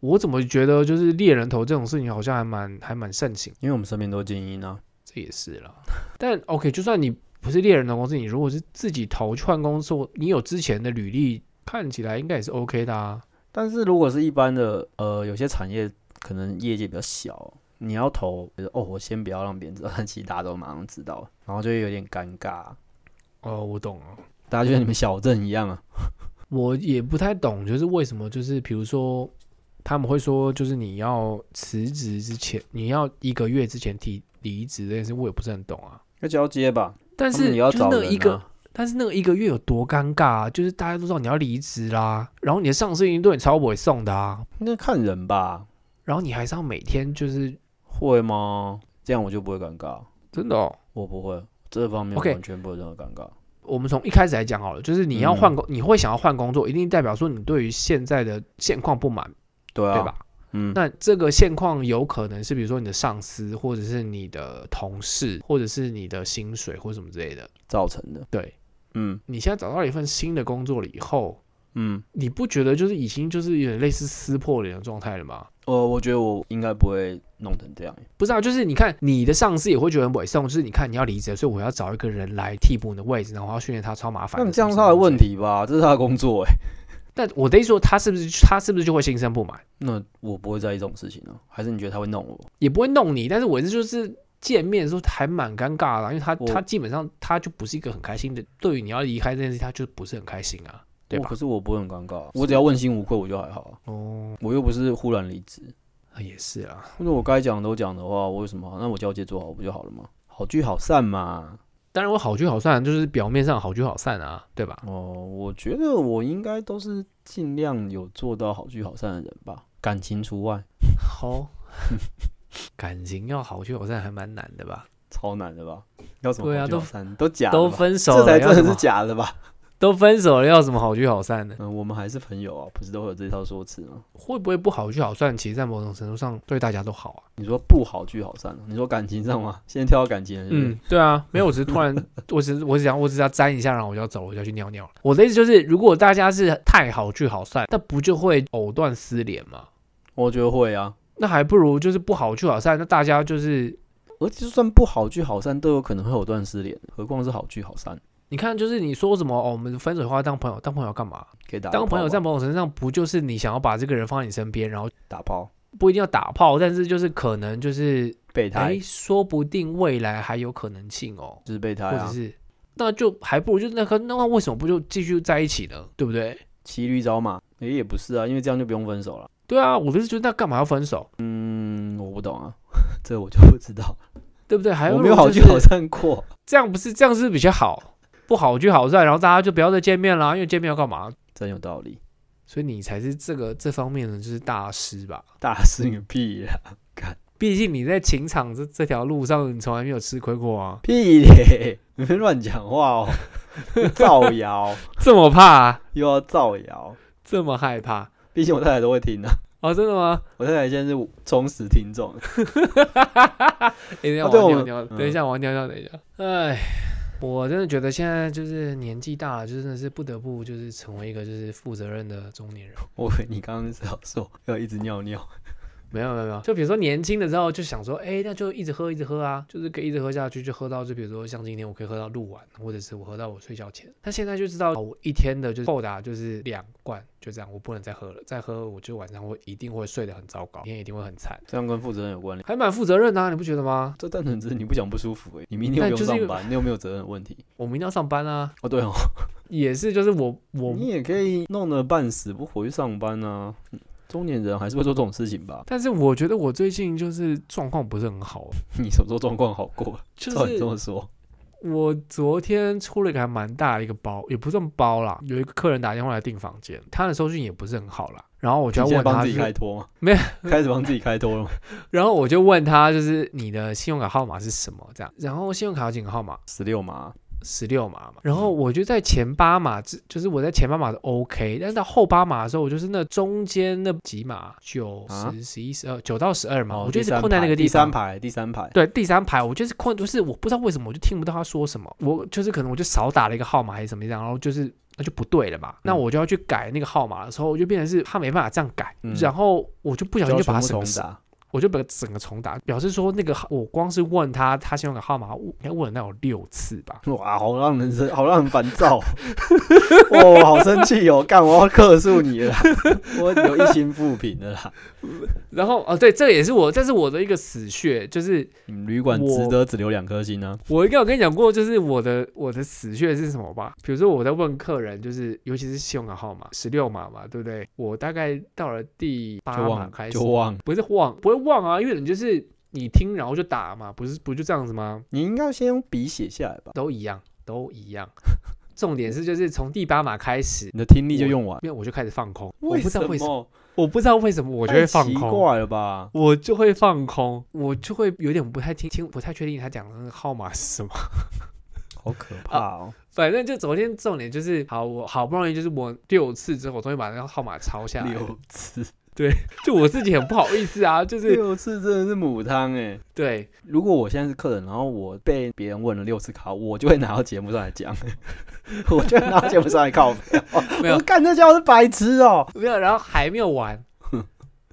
Speaker 1: 我怎么觉得就是猎人头这种事情好像还蛮还蛮盛行，
Speaker 2: 因为我们身边都是精英啊，
Speaker 1: 这也是啦。 但 OK，就算你不是猎人头公司，你如果是自己投去换工作，你有之前的履历，看起来应该也是 OK 的啊。
Speaker 2: 但是如果是一般的，呃，有些产业可能业界比较小，你要投，就是哦，我先不要让别人知道， 但其实大家都马上知道，然后就会有点尴尬，
Speaker 1: 哦，我懂了。
Speaker 2: 大家就像你们小镇一样啊。
Speaker 1: 我也不太懂，就是为什么，就是比如说他们会说，就是你要辞职之前，你要一个月之前提离职这件事，我也不是很懂啊。
Speaker 2: 要交接吧，
Speaker 1: 但
Speaker 2: 他
Speaker 1: 是
Speaker 2: 们也要
Speaker 1: 就是
Speaker 2: 找人、
Speaker 1: 那
Speaker 2: 啊、
Speaker 1: 一个，但是那个一个月有多尴尬、啊，就是大家都知道你要离职啦，然后你的上司一定对你超不会送的啊，
Speaker 2: 那看人吧，
Speaker 1: 然后你还是要每天就是
Speaker 2: 会吗？这样我就不会尴尬，
Speaker 1: 真的、哦。
Speaker 2: 我不会，这方面
Speaker 1: OK
Speaker 2: 完全不会有任何尴尬。
Speaker 1: 我们从一开始来讲好了，就是你要
Speaker 2: 嗯
Speaker 1: 换工，你会想要换工作，一定代表说你对于现在的现况不满，
Speaker 2: 对啊，
Speaker 1: 对吧？
Speaker 2: 嗯，
Speaker 1: 那这个现况有可能是，比如说你的上司，或者是你的同事，或者是你的薪水，或什么之类的。
Speaker 2: 造成的，
Speaker 1: 对
Speaker 2: 嗯
Speaker 1: 你现在找到了一份新的工作了以后，
Speaker 2: 嗯，
Speaker 1: 你不觉得就是已经就是有点类似撕破脸的状态了吗？
Speaker 2: 呃，我觉得我应该不会弄成这样，
Speaker 1: 不是啊，就是你看你的上司也会觉得很委送，就是你看你要离职了，所以我要找一个人来替补你的位置，然后我要训练他，超麻烦的。
Speaker 2: 那你这样
Speaker 1: 什
Speaker 2: 是
Speaker 1: 么
Speaker 2: 他的
Speaker 1: 什
Speaker 2: 问。
Speaker 1: 么之类
Speaker 2: 题吧，这是他的工作哎、
Speaker 1: 但我的意思说，他是不是他是不是就会心生不满，
Speaker 2: 那我不会在意这种事情啊，还是你觉得他会弄我？
Speaker 1: 也不会弄你？但是我意思就是见面的时候还蛮尴尬的啊、因为他
Speaker 2: 我
Speaker 1: 他基本上他就不是一个很开心的，对于你要离开这件事，他就不是很开心啊，对
Speaker 2: 我
Speaker 1: 吧
Speaker 2: 可？是我不会很尴尬啊，我只要问心无愧，我就还好啊。
Speaker 1: 哦，
Speaker 2: 我又不是忽然离职，
Speaker 1: 啊也是啊，
Speaker 2: 或者我该讲的都讲的话，我有什么？那我交接做好不就好了吗？好聚好散嘛。
Speaker 1: 当然我好聚好散，啊就是表面上好聚好散啊，对吧？
Speaker 2: 哦，我觉得我应该都是尽量有做到好聚好散的人吧，感情除外，
Speaker 1: 好，感情要好聚好散还蛮难的吧？
Speaker 2: 超难的吧？要什么
Speaker 1: 对啊
Speaker 2: 好聚好
Speaker 1: 都
Speaker 2: 散？都假的
Speaker 1: 都
Speaker 2: 吧
Speaker 1: 分手
Speaker 2: 这
Speaker 1: 了，
Speaker 2: 才
Speaker 1: 要
Speaker 2: 真
Speaker 1: 什
Speaker 2: 的
Speaker 1: 么
Speaker 2: 是假的吧？
Speaker 1: 都分手了，要什么好聚好散呢？
Speaker 2: 嗯，我们还是朋友啊，不是都会有这套说辞吗？
Speaker 1: 会不会不好聚好散？其实，在某种程度上，对大家都好啊。
Speaker 2: 你说不好聚好散，啊你说感情上吗？现在跳到感情了，是不是
Speaker 1: 嗯，对啊，没有，我只是突 然，我只是我只想，我只是要沾一下，然后我就要走了，我就要去尿尿了。我的意思就是，如果大家是太好聚好散，那不就会藕断丝连吗？
Speaker 2: 我觉得会啊，
Speaker 1: 那还不如就是不好聚好散，那大家就是
Speaker 2: 而且就算不好聚好散，都有可能会有断失联，何况是好聚好散？
Speaker 1: 你看，就是你说什么哦，我们分手后要当朋友，当朋友干嘛？
Speaker 2: 可以打
Speaker 1: 当
Speaker 2: 个
Speaker 1: 朋友
Speaker 2: 炮
Speaker 1: 在
Speaker 2: 吧
Speaker 1: 某种程度上，不就是你想要把这个人放在你身边，然后
Speaker 2: 打炮
Speaker 1: 不一定要打炮，但是就是可能就是
Speaker 2: 备胎
Speaker 1: 哎，，说不定未来还有可能性哦。
Speaker 2: 就是备胎
Speaker 1: 或者
Speaker 2: 啊，
Speaker 1: 是那就还不如就那个那为什么不就继续在一起呢？对不对？
Speaker 2: 骑驴找马，也也不是啊，因为这样就不用分手了。
Speaker 1: 对啊，我的意思就是那干嘛要分手？
Speaker 2: 嗯，我不懂啊， 这我就不知道，
Speaker 1: 对不对？还
Speaker 2: 我
Speaker 1: 不
Speaker 2: 没
Speaker 1: 如
Speaker 2: 有好
Speaker 1: 就
Speaker 2: 聚
Speaker 1: 是
Speaker 2: 好散过。
Speaker 1: 这样不是这样是比较好，不好聚好散，然后大家就不要再见面啦，因为见面要干嘛？
Speaker 2: 真有道理，
Speaker 1: 所以你才是这个这方面的就是大师吧？
Speaker 2: 大事个屁 啦，
Speaker 1: 毕竟你在情场这这条路上，你从来没有吃亏过啊，
Speaker 2: 屁咧，你别乱讲话哦，造谣
Speaker 1: 这么怕、啊
Speaker 2: 又要造谣，
Speaker 1: 这么害怕
Speaker 2: 毕竟我太太都会听啊，
Speaker 1: 哦？真的吗？
Speaker 2: 我太太现在是忠实听众，
Speaker 1: 哎等一下
Speaker 2: 啊对
Speaker 1: 我
Speaker 2: 我
Speaker 1: 要尿尿，
Speaker 2: 们嗯
Speaker 1: 等一下我要尿尿，等一下。哎，我真的觉得现在就是年纪大了，就真的是不得不就是成为一个就是负责任的中年人。
Speaker 2: 我以为你刚刚是要说要一直尿尿，
Speaker 1: 没有没有没有，就比如说年轻的时候就想说，哎，那就一直喝一直喝啊，就是可以一直喝下去，就喝到就比如说像今天我可以喝到录完，或者是我喝到我睡觉前。但现在就知道哦我一天的就是扣打就是两罐，就这样，我不能再喝了，再喝我就晚上会一定会睡得很糟糕，明天一定会很惨，
Speaker 2: 这样跟负责任有关联。
Speaker 1: 还蛮负责任的、啊，你不觉得吗？
Speaker 2: 这单纯只是你不想不舒服而已，你明天
Speaker 1: 但
Speaker 2: 又不
Speaker 1: 就
Speaker 2: 用
Speaker 1: 是
Speaker 2: 上班，你有没有责任的问题？
Speaker 1: 我明天要上班啊，
Speaker 2: 哦，对哦，
Speaker 1: 也是就是我我
Speaker 2: 你也可以弄得半死不活去上班啊。嗯中年人还是会做这种事情吧？
Speaker 1: 但是我觉得我最近就是状况不是很好，
Speaker 2: 你什么时候状况好过？
Speaker 1: 就
Speaker 2: 照你这
Speaker 1: 是
Speaker 2: 么说，
Speaker 1: 我昨天出了一个还蛮大的一个包，也不算包啦，有一个客人打电话来订房间，他的收讯也不是很好啦。然后我就要
Speaker 2: 你现在
Speaker 1: 问
Speaker 2: 帮
Speaker 1: 他
Speaker 2: 自己开
Speaker 1: 是，
Speaker 2: 脱吗？
Speaker 1: 没有，
Speaker 2: 开始帮自己开脱了吗。
Speaker 1: 然后我就问他就是你的信用卡号码是什么这样，然后信用卡有几个号码？
Speaker 2: 十六 码，
Speaker 1: 十六码嘛，然后
Speaker 2: 嗯
Speaker 1: 我就在前八码之，就是我在前八码的 OK，但是到后八码的时候，我就是那中间那几码九
Speaker 2: 啊
Speaker 1: 十十一十二九到十二嘛，
Speaker 2: 哦
Speaker 1: 我就一
Speaker 2: 第
Speaker 1: 直
Speaker 2: 三
Speaker 1: 困在那
Speaker 2: 排
Speaker 1: 个地
Speaker 2: 第三
Speaker 1: 方。
Speaker 2: 排，第三排，
Speaker 1: 对，第三排我就是困，就是我不知道为什么，我就听不到他说什么，我就是可能我就少打了一个号码还是怎么样，然后就是那就不对了嘛，
Speaker 2: 嗯
Speaker 1: 那我就要去改那个号码的时候，我就变成是他没办法这样改，
Speaker 2: 嗯
Speaker 1: 然后我就不小心就把
Speaker 2: 全
Speaker 1: 他
Speaker 2: 部
Speaker 1: 整
Speaker 2: 重
Speaker 1: 个
Speaker 2: 打，
Speaker 1: 我就把整个重打，表示说那个我光是问他他信用卡号码，我应该问了那有六次吧，
Speaker 2: 哇，好让人生，好让人烦躁， 哦，好生气哦，干，我要克诉你了啦， 我有一心复评的啦，
Speaker 1: 然后哦，对，这也是我，这是我的一个死穴，就是
Speaker 2: 你们旅馆值得只留两颗星啊呢，
Speaker 1: 我应该有跟你讲过，就是我的我的死穴是什么吧？比如说我在问客人，就是尤其是信用卡号码十六码嘛，对不对？我大概到了第八
Speaker 2: 就
Speaker 1: 码
Speaker 2: 忘
Speaker 1: 开始
Speaker 2: 就，忘，
Speaker 1: 不是忘，不会忘啊，因为你就是你听然后就打嘛，不是不就这样子吗？
Speaker 2: 你应该先用笔写下来吧，
Speaker 1: 都一样，都一样。重点是就是从第八码开始，
Speaker 2: 你的听力就用完，
Speaker 1: 因为我就开始放空，我不知道为什么，
Speaker 2: 么，
Speaker 1: 我不知道为什么我
Speaker 2: 我
Speaker 1: 就会放
Speaker 2: 奇
Speaker 1: 空。
Speaker 2: 怪了吧？
Speaker 1: 我就会放空，我就会有点不太听听，不太确定他讲的那个号码是什么。
Speaker 2: 好可怕哦！
Speaker 1: 反正就昨天重点就是，好，我好不容易就是我六次之后，我终于把那个号码抄
Speaker 2: 啊
Speaker 1: 下来，
Speaker 2: 六次，
Speaker 1: 就我自己很不好意思啊，就是
Speaker 2: 六次真的是母汤哎。
Speaker 1: 对，
Speaker 2: 如果我现在是客人，然后我被别人问了六次卡，我就会拿到节目上来 讲，我就会拿到节目上来靠背。
Speaker 1: 没有
Speaker 2: 我干这家伙是白痴哦、
Speaker 1: 没有，然后还没有 完，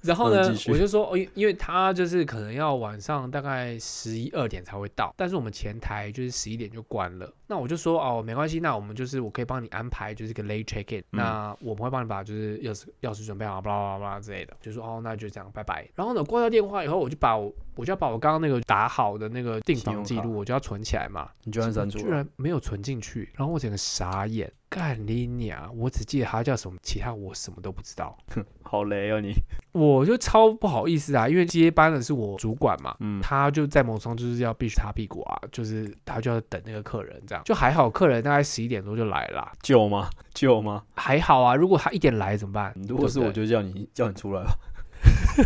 Speaker 1: 然后呢
Speaker 2: 嗯继，续
Speaker 1: 我就说，哦，因因为他就是可能要晚上大概十一二点才会到，但是我们前台就是十一点就关了，那我就说，哦，没关系，那我们就是我可以帮你安排就是一个 late check in，、
Speaker 2: 嗯
Speaker 1: 那我们会帮你把就是钥匙钥匙准备好，巴拉巴拉巴拉之类的，就说，哦，那就这样，拜拜。然后呢，挂掉电话以后，我就把我我就要把我刚刚那个打好的那个订
Speaker 2: 信
Speaker 1: 房
Speaker 2: 用
Speaker 1: 记
Speaker 2: 卡
Speaker 1: 录，我就要存起来嘛，
Speaker 2: 你居然删除
Speaker 1: 居
Speaker 2: 了，
Speaker 1: 然没有存进去，然后我整个傻眼，干你娘！我只记得他叫什么，其他我什么都不知道，
Speaker 2: 好雷哦、你！
Speaker 1: 我就超不好意思啊，因为接班的是我主管嘛。
Speaker 2: 嗯，
Speaker 1: 他就在某程度就是要必须擦屁股啊，就是他就要等那个客人，这样就还好，客人大概十一点多就来啦，
Speaker 2: 救吗？救吗？
Speaker 1: 还好啊。如果他一点来怎么办？
Speaker 2: 嗯如果是
Speaker 1: 对
Speaker 2: 我
Speaker 1: 不对
Speaker 2: 就叫你叫你出来吧，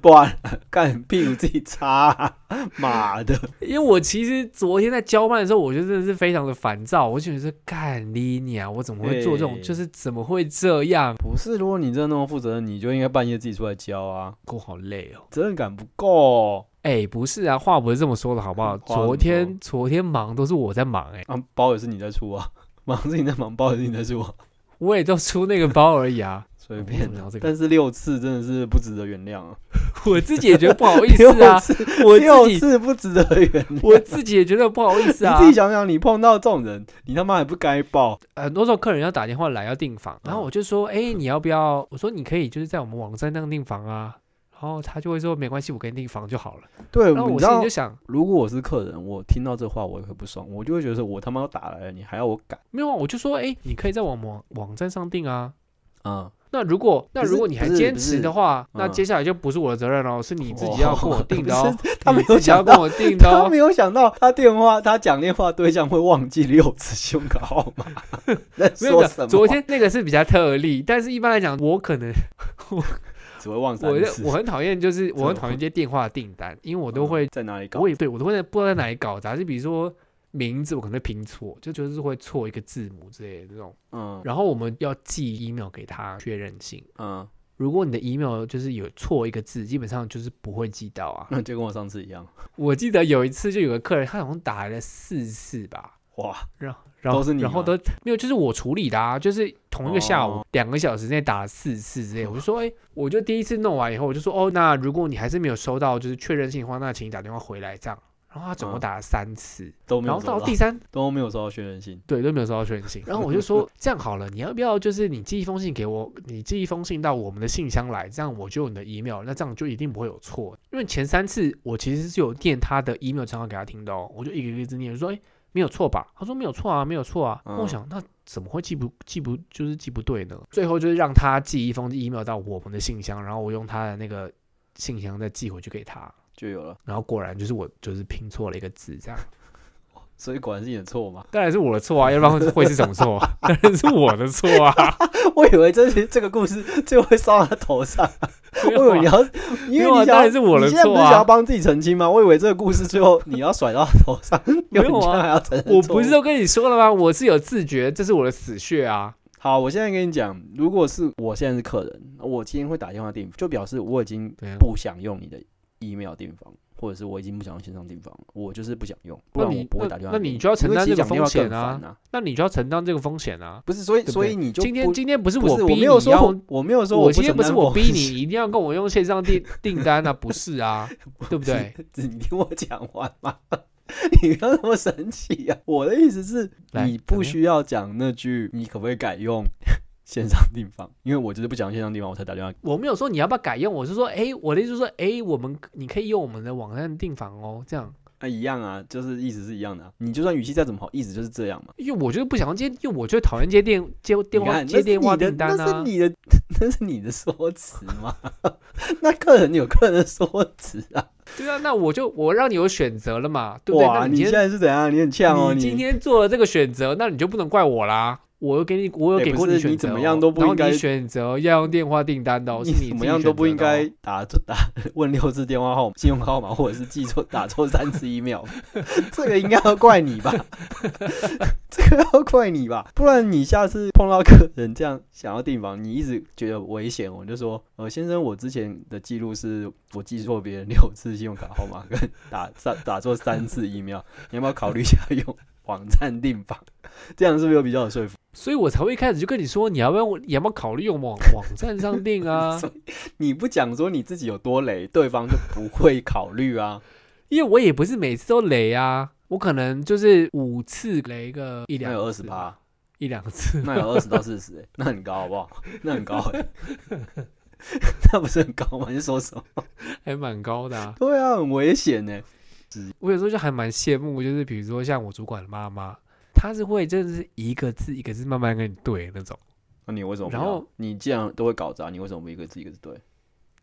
Speaker 2: 不然干屁股自己擦啊、妈的！
Speaker 1: 因为我其实昨天在交办的时候，我就真的是非常的烦躁，我就觉得是干你娘，我怎么会做这种，
Speaker 2: 哎
Speaker 1: 就是怎么会这样？
Speaker 2: 不是，如果你真的那么负责任，你就应该半夜自己出来教啊，
Speaker 1: 我好累哦。
Speaker 2: 责任感不够
Speaker 1: 哎、不是啊，话不是这么说的，好不好？
Speaker 2: 话怎么
Speaker 1: 昨天昨天忙都是我在忙、哎，
Speaker 2: 啊，包也是你在出啊，忙是你在忙，包也是你在出啊。
Speaker 1: 我也就出那个包而已啊，
Speaker 2: 随便
Speaker 1: 我们聊
Speaker 2: 的
Speaker 1: 这，个
Speaker 2: 但是六次真的是不值得原谅啊！
Speaker 1: 我自己也觉得不好意思 啊，我
Speaker 2: 六
Speaker 1: 自己
Speaker 2: 次不值得原谅。
Speaker 1: 我自己也觉得不好意思啊
Speaker 2: 你自。己想想，你碰到这种人，你他妈还不该报？
Speaker 1: 很多时候客人要打电话来要订房，
Speaker 2: 嗯
Speaker 1: 然后我就说，哎、你要不要？我说你可以就是在我们网站上订房啊，然后他就会说没关系，我给你订房就好了。
Speaker 2: 对，
Speaker 1: 然后
Speaker 2: 你
Speaker 1: 我
Speaker 2: 知
Speaker 1: 心里
Speaker 2: 道
Speaker 1: 就，想，
Speaker 2: 如果我是客人，我听到这话我也会不爽，我就会觉得说我他妈都打来了，你还要我改
Speaker 1: 没有啊，我就说，哎、你可以在我们网网站上订啊。
Speaker 2: 啊？
Speaker 1: 那如果那
Speaker 2: 不是
Speaker 1: 如果你还
Speaker 2: 不是
Speaker 1: 坚
Speaker 2: 不
Speaker 1: 持
Speaker 2: 是
Speaker 1: 的话，
Speaker 2: 嗯
Speaker 1: 那接下来就不是我的责任喽，是你自 己要跟我订的哦
Speaker 2: 哦， 他
Speaker 1: 你
Speaker 2: 没
Speaker 1: 自
Speaker 2: 有
Speaker 1: 己要
Speaker 2: 想
Speaker 1: 跟
Speaker 2: 到，
Speaker 1: 我订的
Speaker 2: 他
Speaker 1: 哦。
Speaker 2: 没有想到，他电话他讲电话对象会忘记六次信用卡号 码，在
Speaker 1: 没有
Speaker 2: 说
Speaker 1: 没
Speaker 2: 什
Speaker 1: 有，
Speaker 2: 么？
Speaker 1: 昨天那个是比较特例，但是一般来讲，我可能
Speaker 2: 只会忘
Speaker 1: 我
Speaker 2: 三次。
Speaker 1: 我很讨厌，就是
Speaker 2: 这
Speaker 1: 我很
Speaker 2: 种
Speaker 1: 讨厌接电话订单，因为我
Speaker 2: 我
Speaker 1: 都会，
Speaker 2: 在哪里搞
Speaker 1: 我？也对我都会在不知道在哪里搞砸，就比如说名字我可能会拼错，就就是会错一个字母之类的这种，
Speaker 2: 嗯
Speaker 1: 然后我们要寄 email 给他确认信。
Speaker 2: 嗯，
Speaker 1: 如果你的 email 就是有错一个字，基本上就是不会寄到啊。
Speaker 2: 那就跟我上次一样，
Speaker 1: 我记得有一次就有个客人，他好像打了四次吧，
Speaker 2: 哇，
Speaker 1: 然后
Speaker 2: 都是你
Speaker 1: 然后
Speaker 2: 吗
Speaker 1: 都没有，就是我处理的啊，就是同一个下午
Speaker 2: 哦
Speaker 1: 两、个小时内打了四次之类，我就 说，哎、我就第一次弄完以后，我就说，哦，那如果你还是没有收到就是确认信的话，那请你打电话回来这样。然后他总共
Speaker 2: 嗯
Speaker 1: 打了三次，
Speaker 2: 都没
Speaker 1: 然
Speaker 2: 有
Speaker 1: 后
Speaker 2: 收
Speaker 1: 到
Speaker 2: 到
Speaker 1: 第，三
Speaker 2: 都没有收到确认信。
Speaker 1: 对都没有收到确认信，然后我就说这样好了，你要不要就是你寄一封信给我，你寄一封信到我们的信箱来，这样我就有你的 email，那这样就一定不会有错，因为前三次我其实是有念他的 email 账号给他听的哦，我就一个一个字念，我说哎没有错吧？他说没有错啊，没有错啊。
Speaker 2: 嗯
Speaker 1: 那我想那怎么会记不记不就是记不对呢？最后就是让他寄一封 email 到我们的信箱，然后我用他的那个信箱再寄回去给他，
Speaker 2: 就有了，
Speaker 1: 然后果然就是我就是拼错了一个字这样。
Speaker 2: 所以果然是你的错 嘛。
Speaker 1: 当然是我的错啊，要不然会是什么错、 啊？当然是我的错啊！
Speaker 2: 我以为这是这个故事最后会烧到他头上， 我以为你要，因
Speaker 1: 没
Speaker 2: 为
Speaker 1: 有啊
Speaker 2: 你想
Speaker 1: 当
Speaker 2: 要
Speaker 1: 然是我的
Speaker 2: 你现在不
Speaker 1: 错
Speaker 2: 是
Speaker 1: 啊
Speaker 2: 想要帮自己澄清吗？我以为这个故事最后你要甩到他头上， 因为
Speaker 1: 没有啊
Speaker 2: 你现在还要承认
Speaker 1: 我
Speaker 2: 错误
Speaker 1: 不是都跟你说了吗？我是有自觉，这是我的死穴啊！
Speaker 2: 好，我现在跟你讲，如果是我现在是客人，我今天会打电话订，就表示我已经
Speaker 1: 对啊
Speaker 2: 不想用你的 email 订房，或者是我已经不想用线上订房，我就是不想用，不
Speaker 1: 那
Speaker 2: 然
Speaker 1: 你
Speaker 2: 我不会打电话
Speaker 1: 那
Speaker 2: 订。
Speaker 1: 那你就要承担
Speaker 2: 因为其实
Speaker 1: 这个
Speaker 2: 讲电话
Speaker 1: 风险
Speaker 2: 更
Speaker 1: 啊
Speaker 2: 烦啊！
Speaker 1: 那你就要承担这个风险啊！
Speaker 2: 不是，所以
Speaker 1: 对不
Speaker 2: 所以
Speaker 1: 对
Speaker 2: 你就
Speaker 1: 今天
Speaker 2: 不
Speaker 1: 今天不是
Speaker 2: 不
Speaker 1: 我
Speaker 2: 是
Speaker 1: 逼
Speaker 2: 我
Speaker 1: 你
Speaker 2: 没有说
Speaker 1: 要
Speaker 2: 我我没有说
Speaker 1: 我
Speaker 2: 不
Speaker 1: 今天
Speaker 2: 承
Speaker 1: 不是
Speaker 2: 担
Speaker 1: 我
Speaker 2: 风
Speaker 1: 逼
Speaker 2: 险，
Speaker 1: 你一定要跟我用线上 订订单啊，不是啊，对不对？
Speaker 2: 你听我讲完嘛。 你不要那么神奇啊！我的意思是，
Speaker 1: 来
Speaker 2: 你
Speaker 1: 怎么
Speaker 2: 不
Speaker 1: 样
Speaker 2: 需要讲那句，你可不可以改用线上订房？因为我就是不讲线上订房，我才打电话
Speaker 1: 我没有说你要不要改用，我是说，哎，我的意思是说，哎，我们你可以用我们的网站订房哦，这样。
Speaker 2: 那一样啊，就是意思是一样的、啊。你就算语气再怎么好，意思就是这样嘛。
Speaker 1: 因为我就是不想要接，因为我就讨厌接电接电
Speaker 2: 你
Speaker 1: 话
Speaker 2: 看
Speaker 1: 接电话
Speaker 2: 那是
Speaker 1: 订
Speaker 2: 你
Speaker 1: 单
Speaker 2: 的，那
Speaker 1: 啊
Speaker 2: 是。你的， 那是你的说辞嘛。 那客人有客人的说辞啊。
Speaker 1: 对啊，那我就我让你有选择了嘛，对不对？
Speaker 2: 哇，
Speaker 1: 那
Speaker 2: 你
Speaker 1: 今
Speaker 2: 现
Speaker 1: 天
Speaker 2: 在是怎样？你很呛哦，
Speaker 1: 你今
Speaker 2: 你
Speaker 1: 天做了这个选择，那你就不能怪我啦。我有给你，我有
Speaker 2: 哎
Speaker 1: 给
Speaker 2: 不
Speaker 1: 过
Speaker 2: 是
Speaker 1: 选择哦、
Speaker 2: 你怎么样都不应该
Speaker 1: 然后你选择要用电话订单的、哦，是
Speaker 2: 你怎
Speaker 1: 自
Speaker 2: 么
Speaker 1: 己
Speaker 2: 样都不应
Speaker 1: 选择的哦
Speaker 2: 该打打问六次电话号信用卡号码，或者是记错打错三次 email，这个应该要怪你吧？ 这个要怪你吧？不然你下次碰到客人这样想要订房，你一直觉得危险，我就说，呃，先生，我之前的记录是我记错别人六次信用卡号码，跟打三打错三次 email，你要不要考虑一下用网站订房？这样是不是又比较有说服力？
Speaker 1: 所以我才会一开始就跟你说，你要不要我，你要不要考虑用网网站上订 啊？
Speaker 2: 你不讲说你自己有多雷，对方就不会考虑啊。
Speaker 1: 因为我也不是每次都雷啊，我可能就是五次雷个一
Speaker 2: 那
Speaker 1: 两
Speaker 2: 有二十
Speaker 1: 次
Speaker 2: 趴，
Speaker 1: 一两次。
Speaker 2: 那有二十到四十、欸，那很高好不好？那很高、欸， 那不是很高吗？你在说什么？
Speaker 1: 还蛮高的、啊。
Speaker 2: 对啊，很危险呢、
Speaker 1: 我有时候就还蛮羡慕，就是比如说像我主管的妈妈，她是会真的是一个字一个字慢慢跟你对那种。
Speaker 2: 那你为什么不要？
Speaker 1: 然后
Speaker 2: 你既然都会搞砸，你为什么不一个字一个字对？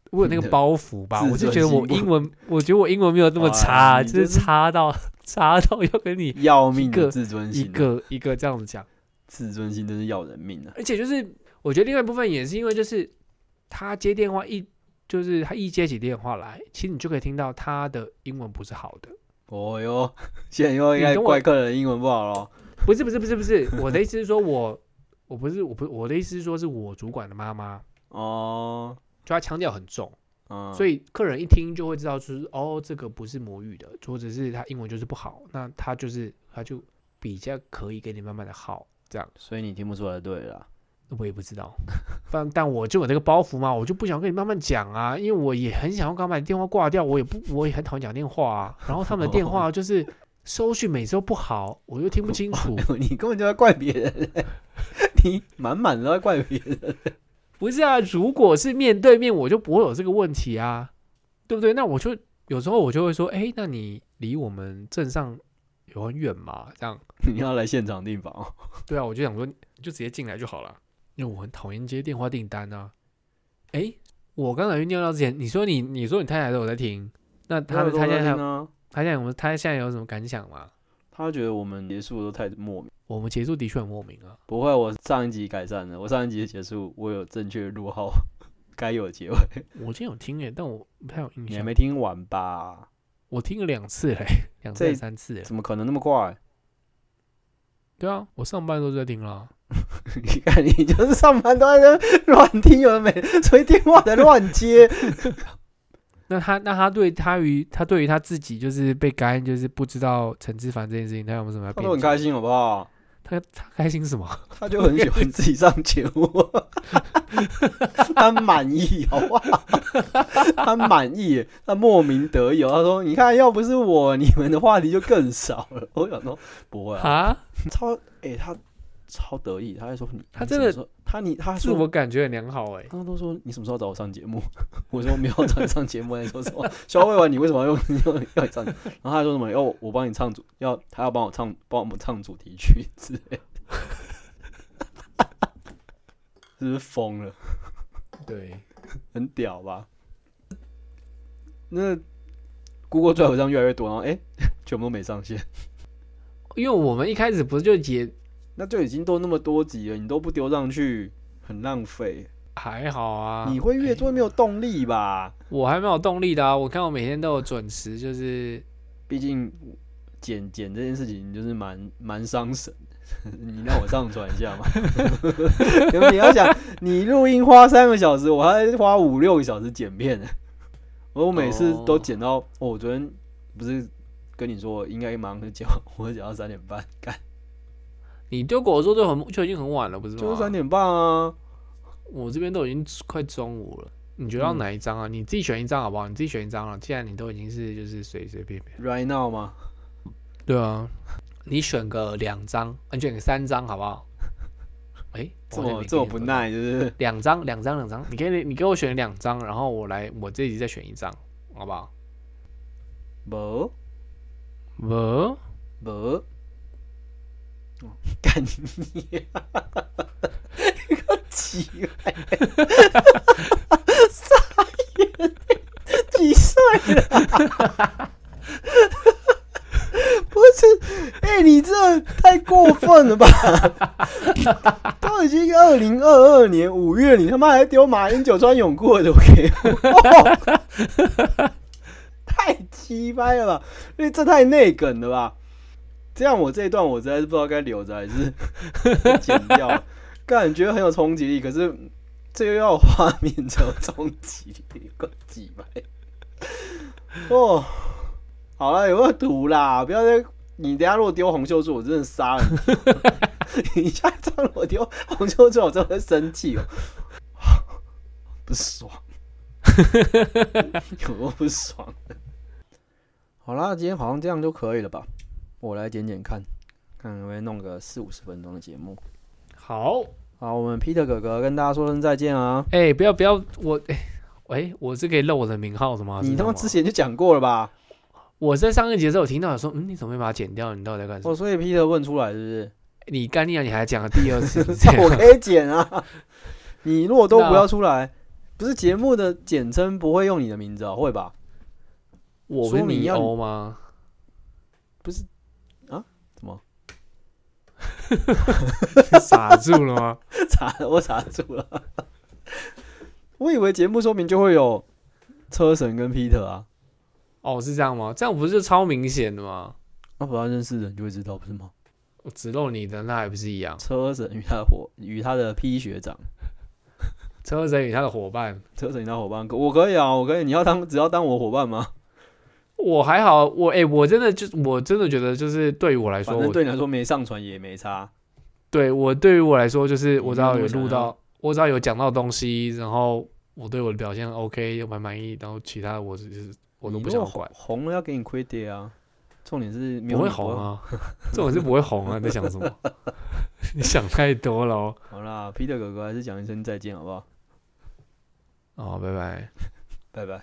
Speaker 1: 我有 那个包袱吧，
Speaker 2: 自
Speaker 1: 我就
Speaker 2: 尊
Speaker 1: 觉得
Speaker 2: 心
Speaker 1: 我
Speaker 2: 不
Speaker 1: 英文，我觉得我英文没有那么差，
Speaker 2: 哎你
Speaker 1: 就
Speaker 2: 真
Speaker 1: 是
Speaker 2: 是
Speaker 1: 差到差到要跟你
Speaker 2: 要命
Speaker 1: 一
Speaker 2: 的
Speaker 1: 个
Speaker 2: 自尊
Speaker 1: 一
Speaker 2: 心啊、
Speaker 1: 个一个这样子讲。
Speaker 2: 自尊心真是要人命啊！
Speaker 1: 而且就是我觉得另外一部分也是因为就是他接电话一就是他一接起电话来，其实你就可以听到他的英文不是好的。
Speaker 2: 哦哟，现在又应该
Speaker 1: 你懂我
Speaker 2: 怪客人英文不好咯。
Speaker 1: 不是不是不是不是，我的意思是说我我不是我不我的意思是说是我主管的妈妈，
Speaker 2: 哦，
Speaker 1: 就他腔调很重。
Speaker 2: 嗯，
Speaker 1: 所
Speaker 2: 以
Speaker 1: 以客人一听就会知道，就是哦，这个不是母语的，或者是他英文就是不好，那他就是他就比较可以给你慢慢的好，这样
Speaker 2: 所以你听不出来，对了。
Speaker 1: 我也不知道，但但我就有那个包袱嘛，我就不想跟你慢慢讲啊，因为我也很想要刚把你电话挂掉，我也不我也很讨厌讲电话啊，然后他们的电话就是收讯每次都不好，我又听不清楚，
Speaker 2: 你根本就在怪别人欸、 你满满的都在怪别人。
Speaker 1: 不是啊，如果是面对面，我就不会有这个问题啊，对不对？那我就有时候我就会说，哎，那你离我们镇上有很远吗？这样，
Speaker 2: 你要来现场订房哦，
Speaker 1: 对啊，我就想说，你就直接进来就好了，因为我很讨厌接电话订单啊。哎，我刚才去尿尿之前，你说你你说你太太都有在听，那他们他
Speaker 2: 他
Speaker 1: 现在有
Speaker 2: 呢，
Speaker 1: 他现在我们他现在有什么感想吗？
Speaker 2: 他觉得我们结束都太莫名。
Speaker 1: 我们结束的确很莫名啊，
Speaker 2: 不会，我上一集改善了，我上一集的结束我有正确的录号， 该有结尾。
Speaker 1: 我今天有听诶、但我不太有印
Speaker 2: 你还
Speaker 1: 象
Speaker 2: 没，听完吧？
Speaker 1: 我听了两次嘞，两次
Speaker 2: 这
Speaker 1: 还是三次嘞，
Speaker 2: 怎么可能那么快？
Speaker 1: 对啊，我上班的时候就在听啦。
Speaker 2: 你看，你就是上班都在那乱听，有人没吹电话在乱接。
Speaker 1: 那他那他对他于他对于他自己就是被干，就是不知道陈志凡这件事情，他有没有什么要
Speaker 2: 他
Speaker 1: 辩
Speaker 2: 都很
Speaker 1: 解
Speaker 2: 开。心，好不好？
Speaker 1: 他他开心什么？
Speaker 2: 他就很喜欢自己上节目， 他满意，好不好？ 他满意，他莫名得意哦。他说：“你看，要不是我，你们的话题就更少了。”我想说，不会啊，
Speaker 1: 啊，
Speaker 2: 超哎、他超得意，他还说你，
Speaker 1: 他
Speaker 2: 你
Speaker 1: 真
Speaker 2: 什么
Speaker 1: 的
Speaker 2: 时候他你他
Speaker 1: 自
Speaker 2: 说
Speaker 1: 我感觉很良好哎、
Speaker 2: 他都说你什么时候找我上节目？ 我说没有找你上节目，你说什么？肖慧婉，你为什么要用 要要你上？然后他说什么？要我我帮你唱主，要他要帮我唱，帮我们唱主题曲之类的， 是不是疯了？
Speaker 1: 对，
Speaker 2: 很屌吧？那 Google Drive 上越来越多，然后哎、全部都没上线。
Speaker 1: 因为我们一开始不是就也
Speaker 2: 那就已经都那么多集了，你都不丢上去，很浪费。
Speaker 1: 还好啊？
Speaker 2: 你会越做
Speaker 1: 哎
Speaker 2: 没有动力吧？
Speaker 1: 我还没有动力的啊！我看我每天都有准时，就是
Speaker 2: 毕竟剪剪这件事情就是蛮蛮伤神。你让我上传一下嘛？你要想，你录音花三个小时，我还花五六个小时剪片呢。我每次都剪到，哦，我昨天不是跟你说应该忙着剪完，我剪到三点半，干
Speaker 1: 你丢狗肉就很就已经很晚了，不是吗？
Speaker 2: 就是三点半啊。
Speaker 1: 我这边都已经快中午了，你觉得要
Speaker 2: 嗯
Speaker 1: 哪一张啊？你自己选一张好不好？你自己选一张啊！既然你都已经是就是随随便便，
Speaker 2: Right now 吗？
Speaker 1: 对啊，你选个两张，你选个三张好不 好？哎、
Speaker 2: 这
Speaker 1: 我好像
Speaker 2: 么
Speaker 1: 没
Speaker 2: 这么
Speaker 1: 给你多
Speaker 2: 不
Speaker 1: 少
Speaker 2: 耐，就是
Speaker 1: 两张，两张，两张，你给你你给我选两张，然后我来我这一集再选一张，好不好？
Speaker 2: 不。
Speaker 1: 不，
Speaker 2: 不，哦干你、啊！个奇怪， 傻眼，几岁了？不是，哎、你这太过分了吧！都已经二零二二年五月，你他妈还丢马英九穿泳裤的图给我，太鸡掰了吧！因为这太内梗了吧？这样我这一段我实在是不知道该留着还是 剪掉，感觉得很有冲击力，可是这又要有画面才有冲击力，够几百哦。好了，有个图啦，不要再你等一下如果丢红袖柱，我真的杀了你！你下一张如果丢红袖柱，我真的会生气哦，不爽， 有多不爽。好啦，今天好像这样就可以了吧？我来剪剪看，看能不能弄个四五十分钟的节目。
Speaker 1: 好，
Speaker 2: 好，我们 Peter 哥哥跟大家说声再见啊！
Speaker 1: 哎、不要不要，我哎。喂，我是可以露我的名号的吗？
Speaker 2: 你
Speaker 1: 是
Speaker 2: 他
Speaker 1: 这样
Speaker 2: 妈
Speaker 1: 吗
Speaker 2: 之前就讲过了吧？
Speaker 1: 我在上一集的时候，我听到有说，嗯，你怎么没把它剪掉？你到底在干什么？
Speaker 2: 哦，所以 Peter 问出来是
Speaker 1: 你干你啊！你还讲了第 二次，
Speaker 2: 不
Speaker 1: 这
Speaker 2: 是？那我
Speaker 1: 样
Speaker 2: 可以剪 啊！你如果都不
Speaker 1: 那
Speaker 2: 要出来，不是节目的简称不会用你的名字哦，会吧？
Speaker 1: 我不是
Speaker 2: 说你
Speaker 1: 你
Speaker 2: 要
Speaker 1: 欧吗？
Speaker 2: 不是啊？怎么
Speaker 1: 傻住了吗？
Speaker 2: 查？我查住了。我以为节目说明就会有车神跟 Peter 啊，
Speaker 1: 哦，是这样吗？这样不是就超明显的吗？
Speaker 2: 那哦不要认识的人就会知道，不是吗？
Speaker 1: 我只露你的，那还不是一样？
Speaker 2: 车神与他的伙与他的 P 学长，
Speaker 1: 车神与他的伙伴，
Speaker 2: 车神与他伙伴，我可以啊，我可以，你要当只要当我伙伴吗？
Speaker 1: 我还好，我哎、我真的就我真的觉得，就是对于我来说，
Speaker 2: 反
Speaker 1: 我
Speaker 2: 正对你来说没上传也没差，
Speaker 1: 对我对于我来说，就是
Speaker 2: 嗯
Speaker 1: 我只要有
Speaker 2: 那我
Speaker 1: 录
Speaker 2: 想
Speaker 1: 到，我只要有讲到东西，然后我对我的表现 OK，又蛮满意，然后其他的我只是我都不想
Speaker 2: 你如果
Speaker 1: 管。
Speaker 2: 红了要给你亏爹啊。重点是没有
Speaker 1: 不会
Speaker 2: 你
Speaker 1: 红。啊， 这种是不会红啊！你在想什么？你想太多了哦。
Speaker 2: 好啦，Peter 哥哥还是讲一声再见好不好？
Speaker 1: 哦，拜拜。
Speaker 2: 拜拜。